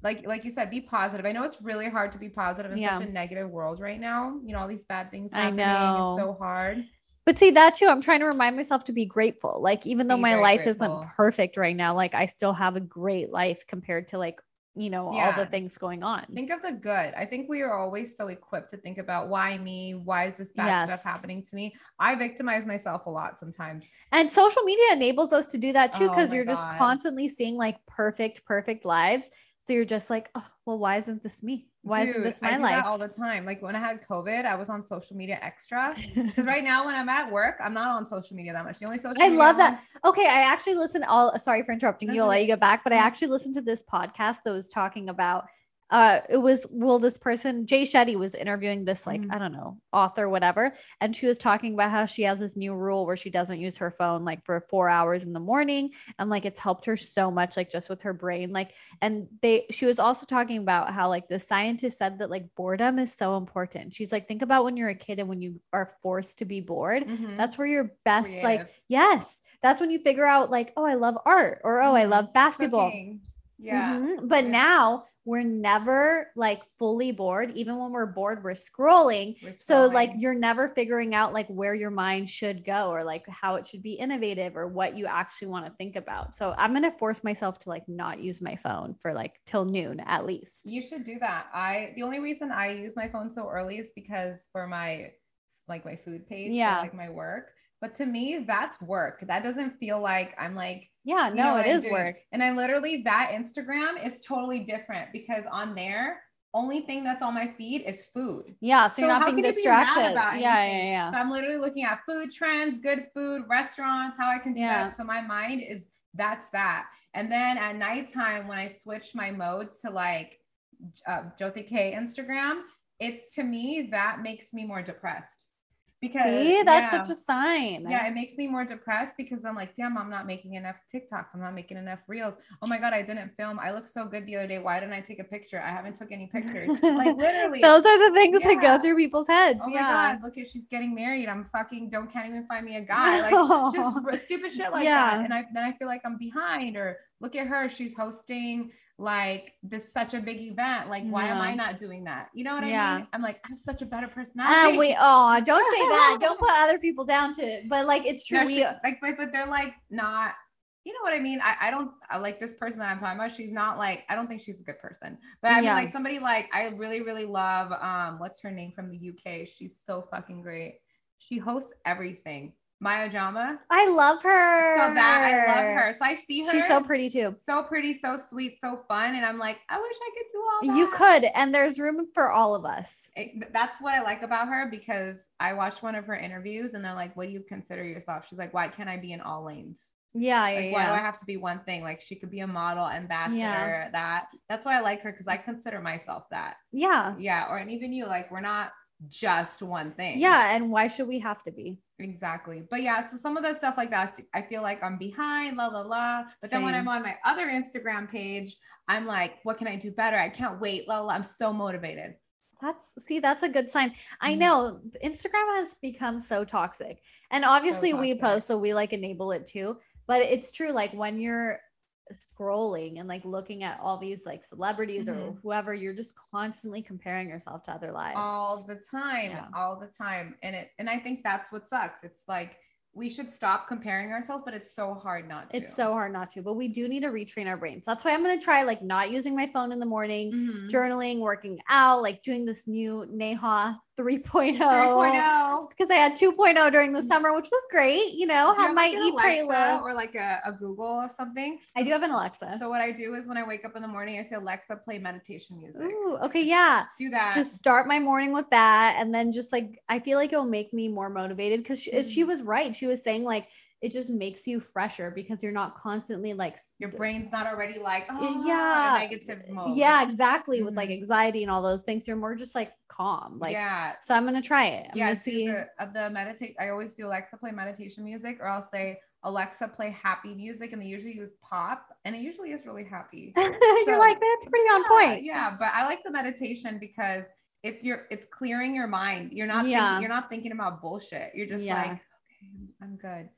[SPEAKER 2] like like you said, be positive. I know it's really hard to be positive in
[SPEAKER 1] Yeah.
[SPEAKER 2] such a negative world right now. You know, all these bad things
[SPEAKER 1] I
[SPEAKER 2] happening.
[SPEAKER 1] know.
[SPEAKER 2] It's so hard.
[SPEAKER 1] But see that too, I'm trying to remind myself to be grateful. Like even though
[SPEAKER 2] Be
[SPEAKER 1] my
[SPEAKER 2] very
[SPEAKER 1] life
[SPEAKER 2] grateful.
[SPEAKER 1] isn't perfect right now, like I still have a great life compared to like, you know, all the
[SPEAKER 2] Yeah.
[SPEAKER 1] things going on.
[SPEAKER 2] Think of the good. I think we are always so equipped to think about why me? Why is this bad
[SPEAKER 1] Yes.
[SPEAKER 2] stuff happening to me? I victimize myself a lot sometimes.
[SPEAKER 1] And social media enables us to do that too
[SPEAKER 2] Oh
[SPEAKER 1] because
[SPEAKER 2] my
[SPEAKER 1] you're just
[SPEAKER 2] God.
[SPEAKER 1] constantly seeing like perfect, perfect lives. So you're just like, oh, well, why isn't this me? Why isn't
[SPEAKER 2] Dude,
[SPEAKER 1] this
[SPEAKER 2] I
[SPEAKER 1] my
[SPEAKER 2] do
[SPEAKER 1] life?
[SPEAKER 2] That all the time. Like when I had COVID, I was on social media extra. Because right now, when I'm at work, I'm not on social media that much. The only social
[SPEAKER 1] I
[SPEAKER 2] media
[SPEAKER 1] love
[SPEAKER 2] I'm
[SPEAKER 1] that.
[SPEAKER 2] on-
[SPEAKER 1] Okay, I actually listened all sorry for interrupting you. I'll let
[SPEAKER 2] That's okay.
[SPEAKER 1] you get back, but I
[SPEAKER 2] Mm.
[SPEAKER 1] actually listened to this podcast that was talking about uh it was will this person jay shetty was interviewing this like
[SPEAKER 2] Mhm.
[SPEAKER 1] i don't know author whatever and she was talking about how she has this new rule where she doesn't use her phone like for four hours in the morning and like it's helped her so much like just with her brain like and they she was also talking about how like the scientist said that like boredom is so important she's like think about when you're a kid and when you are forced to be bored
[SPEAKER 2] Mhm.
[SPEAKER 1] that's where you're best like
[SPEAKER 2] Creative.
[SPEAKER 1] yes that's when you figure out like oh i love art or oh i
[SPEAKER 2] Mhm.
[SPEAKER 1] love basketball
[SPEAKER 2] Cooking. Yeah.
[SPEAKER 1] Mhm. But
[SPEAKER 2] Yeah.
[SPEAKER 1] now we're never like fully bored. Even when we're bored, we're scrolling.
[SPEAKER 2] We're
[SPEAKER 1] Mm-hmm. So like
[SPEAKER 2] scrolling.
[SPEAKER 1] you're never figuring out like where your mind should go or like how it should be innovative or what you actually want to think about. So I'm gonna force myself to like not use my phone for like till noon at least.
[SPEAKER 2] You should do that. I the only reason I use my phone so early is because for my like my food page, for,
[SPEAKER 1] Yeah.
[SPEAKER 2] like my work. But to me, that's work. That doesn't feel like I'm like
[SPEAKER 1] Yeah,
[SPEAKER 2] you know
[SPEAKER 1] no,
[SPEAKER 2] what
[SPEAKER 1] it
[SPEAKER 2] I'm
[SPEAKER 1] is
[SPEAKER 2] doing.
[SPEAKER 1] work.
[SPEAKER 2] And I literally that Instagram is totally different because on there, only thing that's on my feed is food.
[SPEAKER 1] Yeah, so, you're
[SPEAKER 2] So
[SPEAKER 1] not
[SPEAKER 2] how
[SPEAKER 1] being
[SPEAKER 2] can you be mad
[SPEAKER 1] distracted. yeah,
[SPEAKER 2] about
[SPEAKER 1] yeah,
[SPEAKER 2] anything?
[SPEAKER 1] yeah.
[SPEAKER 2] So I'm literally looking at food trends, good food, restaurants, how I can do
[SPEAKER 1] Yeah.
[SPEAKER 2] that. So my mind is that's that. And then at nighttime, when I switch my mode to like uh, Jothe K Instagram, it's to me that makes me more depressed because
[SPEAKER 1] See, that's
[SPEAKER 2] yeah.
[SPEAKER 1] such a sign.
[SPEAKER 2] Yeah, it makes me more depressed because I'm like, damn, I'm not making enough TikToks. I'm not making enough reels. Oh my God, I didn't film. I look so good the other day. Why didn't I take a picture? I haven't took any pictures. like literally.
[SPEAKER 1] Those are the things that
[SPEAKER 2] Yeah.
[SPEAKER 1] go through people's heads.
[SPEAKER 2] Oh my
[SPEAKER 1] yeah.
[SPEAKER 2] God, look at she's getting married. I'm fucking don't can't even find me a guy. Like just r- stupid shit like
[SPEAKER 1] Yeah.
[SPEAKER 2] that. And I then I feel like I'm behind or look at her, she's hosting like this such a big event. Like, why am
[SPEAKER 1] Yeah.
[SPEAKER 2] I not doing that? You know what I
[SPEAKER 1] Yeah.
[SPEAKER 2] mean? I'm like, I'm such a better personality.
[SPEAKER 1] Ah, we oh, don't say that. Don't put other people down to. But like, it's true.
[SPEAKER 2] They're
[SPEAKER 1] we
[SPEAKER 2] sh- like but, but they're like not you know what I mean? I, I don't I like this person that I'm talking about. She's not like I don't think she's a good person. But I mean
[SPEAKER 1] Yeah.
[SPEAKER 2] like somebody like I really, really love um what's her name from the UK? She's so fucking great. She hosts everything. Maya Jama.
[SPEAKER 1] I love her.
[SPEAKER 2] So that I love her. So I see her.
[SPEAKER 1] She's so pretty too.
[SPEAKER 2] so pretty, so sweet, so fun. And I'm like, I wish I could do all that.
[SPEAKER 1] You could, and there's room for all of us.
[SPEAKER 2] It- that's what I like about her because I watched one of her interviews and they're like, What do you consider yourself? She's like, Why can't I be in all lanes?
[SPEAKER 1] Yeah, yeah,
[SPEAKER 2] Like, why do I
[SPEAKER 1] yeah.
[SPEAKER 2] have to be one thing? Like, she could be a model, ambassador, that. That's why I like her because I consider myself that.
[SPEAKER 1] yeah,
[SPEAKER 2] Yeah. Or, and even you, like, we're not just one thing.
[SPEAKER 1] yeah. And why should we have to be?
[SPEAKER 2] Exactly. But yeah, so some of the stuff like that, I feel like I'm behind, la la la. But then when
[SPEAKER 1] Same.
[SPEAKER 2] I'm on my other Instagram page, I'm like, what can I do better? I can't wait, la la. la. I'm so motivated.
[SPEAKER 1] That's see, that's a good sign. I
[SPEAKER 2] Mhm.
[SPEAKER 1] know Instagram has become so toxic, and obviously we
[SPEAKER 2] toxic.
[SPEAKER 1] post, so we like enable it too. But it's true, like when you're scrolling and like looking at all these like celebrities or
[SPEAKER 2] Mhm.
[SPEAKER 1] whoever, you're just constantly comparing yourself to other lives.
[SPEAKER 2] All the time,
[SPEAKER 1] Yeah.
[SPEAKER 2] all the time. And it and I think that's what sucks. It's like we should stop comparing ourselves, but it's so hard not to.
[SPEAKER 1] It's so hard not to, but we do need to retrain our brains. That's why I'm going to try like not using my phone in the morning,
[SPEAKER 2] Mhm.
[SPEAKER 1] journaling, working out, like doing this new Neha oh.
[SPEAKER 2] oh.
[SPEAKER 1] 3.0.
[SPEAKER 2] 3.0.
[SPEAKER 1] Because I had 2.0 during the summer, which was great. You know,
[SPEAKER 2] Do Mm. you
[SPEAKER 1] had my
[SPEAKER 2] have, like, an
[SPEAKER 1] eat, pray,
[SPEAKER 2] Alexa
[SPEAKER 1] love.
[SPEAKER 2] or like a, a Google or something.
[SPEAKER 1] I do have an Alexa.
[SPEAKER 2] So what I do is when I wake up in the morning, I say Alexa, play meditation music.
[SPEAKER 1] Ooh, okay, yeah.
[SPEAKER 2] Do that.
[SPEAKER 1] Just start my morning with that. And then just like, I feel like it'll make me more motivated because she, she
[SPEAKER 2] Mm.
[SPEAKER 1] was right. She was saying like, it just makes you fresher because you're not constantly like
[SPEAKER 2] your brain's not already like oh,
[SPEAKER 1] yeah.
[SPEAKER 2] negative mode.
[SPEAKER 1] Yeah, exactly. With like
[SPEAKER 2] Mhm.
[SPEAKER 1] anxiety and all those things, you're more just like calm. Like,
[SPEAKER 2] yeah
[SPEAKER 1] so I'm gonna try it. I'm
[SPEAKER 2] yeah
[SPEAKER 1] gonna
[SPEAKER 2] so
[SPEAKER 1] see.
[SPEAKER 2] the, uh, the meditate i always do alexa play meditation music or i'll say alexa play happy music and they usually use pop and it usually is really happy
[SPEAKER 1] you're
[SPEAKER 2] so-
[SPEAKER 1] like that's pretty on
[SPEAKER 2] Yeah,
[SPEAKER 1] point.
[SPEAKER 2] yeah but i like the meditation because it's your it's clearing your mind you're not
[SPEAKER 1] Yeah.
[SPEAKER 2] thinking, you're not thinking about bullshit you're just
[SPEAKER 1] Yeah.
[SPEAKER 2] like okay i'm good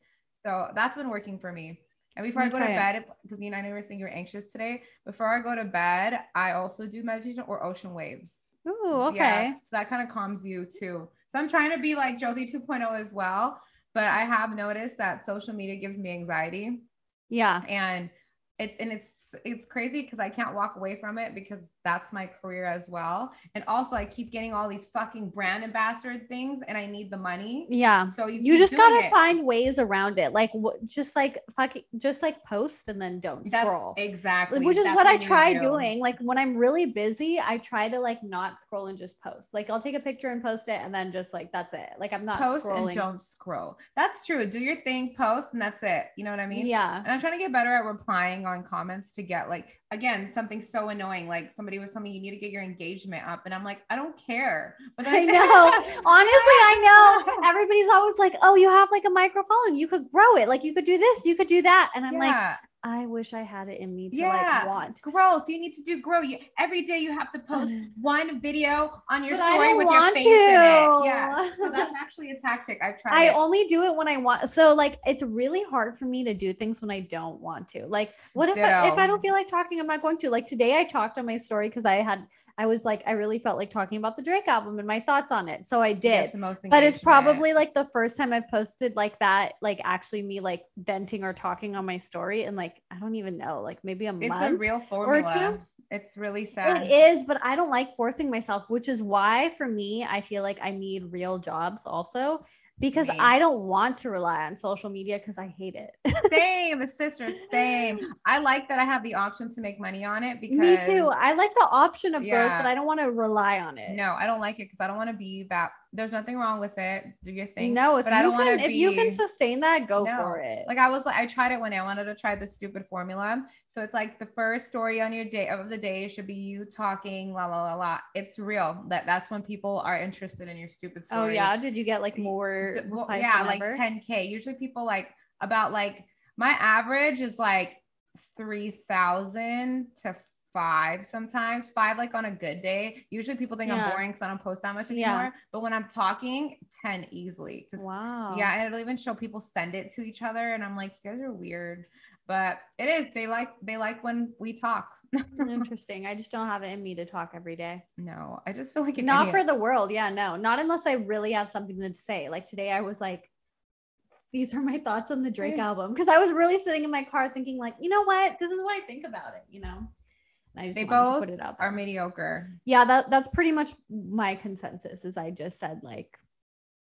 [SPEAKER 2] so that's been working for me and before I go to
[SPEAKER 1] Okay.
[SPEAKER 2] bed, because you and I know you were saying you were anxious today, before I go to bed, I also do meditation or ocean waves.
[SPEAKER 1] Ooh, okay.
[SPEAKER 2] Yeah, so that kind of calms you too. So I'm trying to be like Jyoti 2.0 as well, but I have noticed that social media gives me anxiety
[SPEAKER 1] Yeah.
[SPEAKER 2] and it's and it's it's crazy because I can't walk away from it because that's my career as well. And also I keep getting all these fucking brand ambassador things and I need the money.
[SPEAKER 1] Yeah.
[SPEAKER 2] So you,
[SPEAKER 1] You
[SPEAKER 2] keep
[SPEAKER 1] just
[SPEAKER 2] doing
[SPEAKER 1] gotta
[SPEAKER 2] it.
[SPEAKER 1] find ways around it. Like, wh- just like fucking, just like post and then don't
[SPEAKER 2] That's-
[SPEAKER 1] scroll.
[SPEAKER 2] exactly
[SPEAKER 1] Which is
[SPEAKER 2] That's
[SPEAKER 1] what I
[SPEAKER 2] you
[SPEAKER 1] try
[SPEAKER 2] do.
[SPEAKER 1] doing. Like when I'm really busy, I try to like not scroll and just post. Like I'll take a picture and post it, and then just like that's it. Like I'm not
[SPEAKER 2] Post
[SPEAKER 1] scrolling.
[SPEAKER 2] and don't scroll. That's true. Do your thing, post, and that's it. You know what I mean?
[SPEAKER 1] Yeah.
[SPEAKER 2] And I'm trying to get better at replying on comments to get like again something so annoying like somebody was telling me you need to get your engagement up and i'm like i don't care but
[SPEAKER 1] I know. Honestly, I know. Everybody's always like, "Oh, you have like a microphone. You could grow it. Like you could do this. You could do that." And I'm like,
[SPEAKER 2] Yeah.
[SPEAKER 1] I wish I had it in me to
[SPEAKER 2] Yeah.
[SPEAKER 1] like want.
[SPEAKER 2] growth you need to do grow you every day you have to post one video on your
[SPEAKER 1] But I
[SPEAKER 2] story
[SPEAKER 1] don't
[SPEAKER 2] with your
[SPEAKER 1] want
[SPEAKER 2] face
[SPEAKER 1] to.
[SPEAKER 2] in it yeah so that's actually a tactic i've tried
[SPEAKER 1] I
[SPEAKER 2] it.
[SPEAKER 1] only do it when I want. So like it's really hard for me to do things when I don't want to. Like what if I, if I
[SPEAKER 2] Ditto.
[SPEAKER 1] don't feel like talking, I'm not going to. Like today I talked on my story because I had I was like I really felt like talking about the Drake album and my thoughts on it. So I
[SPEAKER 2] It
[SPEAKER 1] did.
[SPEAKER 2] gets the most
[SPEAKER 1] But it's
[SPEAKER 2] engagement.
[SPEAKER 1] probably like the first time I've posted like that, like actually me like venting or talking on my story and like I don't even know, like maybe a
[SPEAKER 2] it's a
[SPEAKER 1] month.
[SPEAKER 2] real formula
[SPEAKER 1] two.
[SPEAKER 2] it's really sad
[SPEAKER 1] It is, but I don't like forcing myself, which is why for me, I feel like I need real jobs also because
[SPEAKER 2] Same.
[SPEAKER 1] I don't want to rely on social media because I hate it.
[SPEAKER 2] same sister same i like that i have the option to make money on it because
[SPEAKER 1] Me too. I like the option of growth,
[SPEAKER 2] Yeah.
[SPEAKER 1] but I don't want to rely on it.
[SPEAKER 2] no i don't like it because i don't want to be that there's nothing wrong with it do your thing
[SPEAKER 1] no, if
[SPEAKER 2] but
[SPEAKER 1] you
[SPEAKER 2] i don't want to
[SPEAKER 1] can, if
[SPEAKER 2] be
[SPEAKER 1] you can sustain that, go
[SPEAKER 2] No.
[SPEAKER 1] for it.
[SPEAKER 2] Like I was like, I tried it when I wanted to try the stupid formula. So it's like the first story on your day of the day should be you talking, la la la la. It's real. That that's when people are interested in your stupid
[SPEAKER 1] oh
[SPEAKER 2] story.
[SPEAKER 1] yeah, did you get like
[SPEAKER 2] D-
[SPEAKER 1] more?
[SPEAKER 2] D- well,
[SPEAKER 1] replies
[SPEAKER 2] yeah,
[SPEAKER 1] than
[SPEAKER 2] like
[SPEAKER 1] ever?
[SPEAKER 2] 10k. Usually people like about like my average is like three thousand to five sometimes five like on a good day usually people think
[SPEAKER 1] Yeah.
[SPEAKER 2] i'm boring because i don't post that much anymore
[SPEAKER 1] Yeah.
[SPEAKER 2] but when i'm talking 10 easily 'Cause
[SPEAKER 1] Wow.
[SPEAKER 2] yeah, and it'll even show people send it to each other, and I'm like, you guys are weird, but it is. They like they like when we talk.
[SPEAKER 1] Interesting. I just don't have it in me to talk every day.
[SPEAKER 2] No, I just feel like an
[SPEAKER 1] Not
[SPEAKER 2] idiot.
[SPEAKER 1] for the world. Yeah, no. Not unless I really have something to say. Like today I was like these are my thoughts on the Drake
[SPEAKER 2] Yeah.
[SPEAKER 1] album because I was really sitting in my car thinking like, you know what? This is what I think about it, you know. And I just
[SPEAKER 2] They
[SPEAKER 1] wanted to
[SPEAKER 2] both
[SPEAKER 1] put it out there.
[SPEAKER 2] are mediocre.
[SPEAKER 1] yeah, that that's pretty much my consensus is I just said like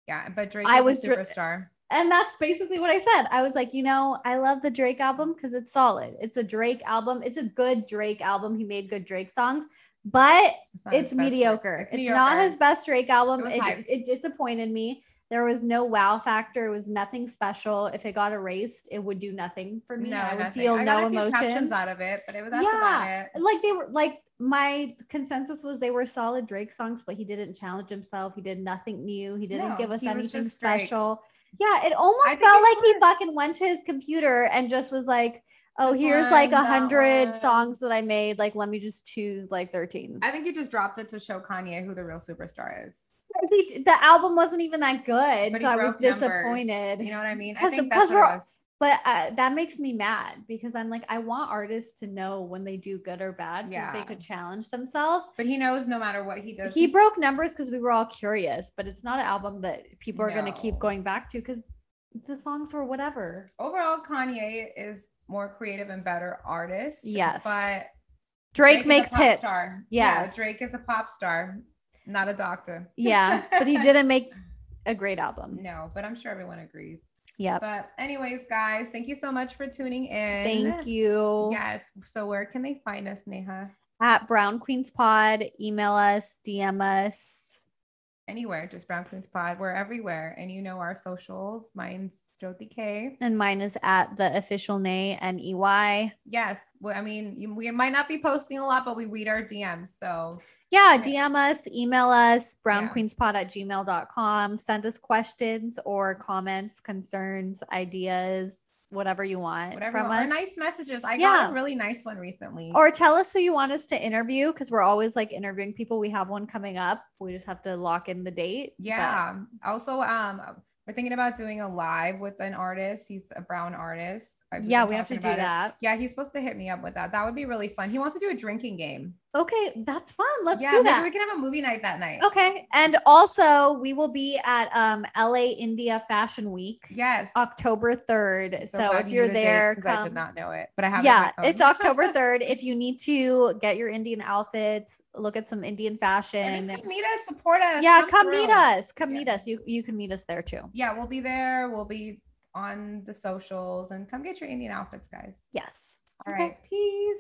[SPEAKER 2] Yeah, but Drake
[SPEAKER 1] I
[SPEAKER 2] is a
[SPEAKER 1] was dr-
[SPEAKER 2] superstar.
[SPEAKER 1] and that's basically what I said. I was like, you know, I love the Drake album because it's solid. It's a Drake album. It's a good Drake album. He made good Drake songs, but
[SPEAKER 2] not his
[SPEAKER 1] it's
[SPEAKER 2] best work.
[SPEAKER 1] mediocre. It's, not
[SPEAKER 2] mediocre.
[SPEAKER 1] his best Drake album.
[SPEAKER 2] It was
[SPEAKER 1] It,
[SPEAKER 2] hyped.
[SPEAKER 1] it disappointed me. There was no wow factor. It was nothing special. If it got erased, it would do nothing for me.
[SPEAKER 2] No,
[SPEAKER 1] I would
[SPEAKER 2] nothing.
[SPEAKER 1] feel
[SPEAKER 2] I got
[SPEAKER 1] no
[SPEAKER 2] a few
[SPEAKER 1] emotions.
[SPEAKER 2] captions out of it, but it was that's
[SPEAKER 1] Yeah.
[SPEAKER 2] about it.
[SPEAKER 1] like they were like my consensus was they were solid Drake songs, but he didn't challenge himself. He did nothing new. He didn't
[SPEAKER 2] No,
[SPEAKER 1] give us
[SPEAKER 2] he was
[SPEAKER 1] anything
[SPEAKER 2] just Drake.
[SPEAKER 1] special. Yeah, it
[SPEAKER 2] I
[SPEAKER 1] almost
[SPEAKER 2] think
[SPEAKER 1] felt
[SPEAKER 2] it's
[SPEAKER 1] like he
[SPEAKER 2] hard.
[SPEAKER 1] fucking went to his computer and just was like, "Oh,
[SPEAKER 2] This
[SPEAKER 1] here's like
[SPEAKER 2] one,
[SPEAKER 1] a
[SPEAKER 2] that
[SPEAKER 1] hundred
[SPEAKER 2] one.
[SPEAKER 1] songs that I made. Like, let me just choose like 13.
[SPEAKER 2] I think you just dropped it to show Kanye who the real superstar is.
[SPEAKER 1] He- the album wasn't even that good,
[SPEAKER 2] But he
[SPEAKER 1] so I was
[SPEAKER 2] broke numbers.
[SPEAKER 1] disappointed.
[SPEAKER 2] You know what I mean? I
[SPEAKER 1] 'Cause-
[SPEAKER 2] think
[SPEAKER 1] 'cause
[SPEAKER 2] that's what
[SPEAKER 1] we're-
[SPEAKER 2] it was.
[SPEAKER 1] But uh, that makes me mad because I'm like, I want artists to know when they do good or bad, so that they
[SPEAKER 2] Yeah.
[SPEAKER 1] could challenge themselves.
[SPEAKER 2] But he knows no matter what he does.
[SPEAKER 1] He broke numbers because we were all curious, but it's not an album that people are going to keep
[SPEAKER 2] No.
[SPEAKER 1] going back to because the songs were whatever.
[SPEAKER 2] overall Kanye is more creative and better artist.
[SPEAKER 1] Yes.
[SPEAKER 2] but
[SPEAKER 1] Drake,
[SPEAKER 2] is a
[SPEAKER 1] makes
[SPEAKER 2] pop
[SPEAKER 1] hits.
[SPEAKER 2] Star.
[SPEAKER 1] Yes.
[SPEAKER 2] Yeah, Drake is a pop star, not a doctor.
[SPEAKER 1] Yeah, but he didn't make a great album.
[SPEAKER 2] no, but I'm sure everyone agrees.
[SPEAKER 1] Yep.
[SPEAKER 2] But anyways, guys, thank you so much for tuning in.
[SPEAKER 1] Thank you.
[SPEAKER 2] Yes. So where can they find us, Neha?
[SPEAKER 1] At Brown Queens Pod, email us, DM us.
[SPEAKER 2] Anywhere, just Brown Queens Pod. We're everywhere, and you know our socials. Mine's Jyoti K.
[SPEAKER 1] And mine is at the official Nay N E Y.
[SPEAKER 2] Yes. Well, I mean, you, we might not be posting a lot, but we read our DMs. So
[SPEAKER 1] Yeah,
[SPEAKER 2] Right.
[SPEAKER 1] DM us, email us,
[SPEAKER 2] Yeah.
[SPEAKER 1] brownqueenspod at gmail.com. Send us questions or comments, concerns, ideas, whatever you want
[SPEAKER 2] whatever.
[SPEAKER 1] from
[SPEAKER 2] Or
[SPEAKER 1] us.
[SPEAKER 2] nice messages. I got
[SPEAKER 1] Yeah.
[SPEAKER 2] a really nice one recently.
[SPEAKER 1] Or tell us who you want us to interview because we're always like interviewing people. We have one coming up. We just have to lock in the date. but-
[SPEAKER 2] Yeah. Also, um, we're thinking about doing a live with an artist. He's a brown artist. I've
[SPEAKER 1] yeah,
[SPEAKER 2] been
[SPEAKER 1] we have to
[SPEAKER 2] talking
[SPEAKER 1] do
[SPEAKER 2] about it.
[SPEAKER 1] that.
[SPEAKER 2] Yeah, he's supposed to hit me up with that. That would be really fun. He wants to do a drinking game.
[SPEAKER 1] Okay, that's fun. Let's
[SPEAKER 2] yeah,
[SPEAKER 1] do
[SPEAKER 2] maybe
[SPEAKER 1] that.
[SPEAKER 2] we can have a movie night that night.
[SPEAKER 1] Okay. And also, we will be at um, LA India Fashion Week
[SPEAKER 2] Yes.
[SPEAKER 1] October 3rd. So,
[SPEAKER 2] glad
[SPEAKER 1] if
[SPEAKER 2] you
[SPEAKER 1] you're
[SPEAKER 2] knew the date
[SPEAKER 1] there,
[SPEAKER 2] 'cause
[SPEAKER 1] come.
[SPEAKER 2] I did not know it, but I have. it on
[SPEAKER 1] yeah,
[SPEAKER 2] my phone.
[SPEAKER 1] it's October 3rd. If you need to get your Indian outfits, look at some Indian
[SPEAKER 2] And
[SPEAKER 1] fashion.
[SPEAKER 2] just come meet us, support us.
[SPEAKER 1] yeah, come meet
[SPEAKER 2] through.
[SPEAKER 1] us. Come
[SPEAKER 2] Yeah.
[SPEAKER 1] meet us. You you can meet us there too.
[SPEAKER 2] Yeah, we'll be there. We'll be on the socials and come get your Indian outfits, guys.
[SPEAKER 1] Yes.
[SPEAKER 2] All
[SPEAKER 1] Okay.
[SPEAKER 2] right. Peace.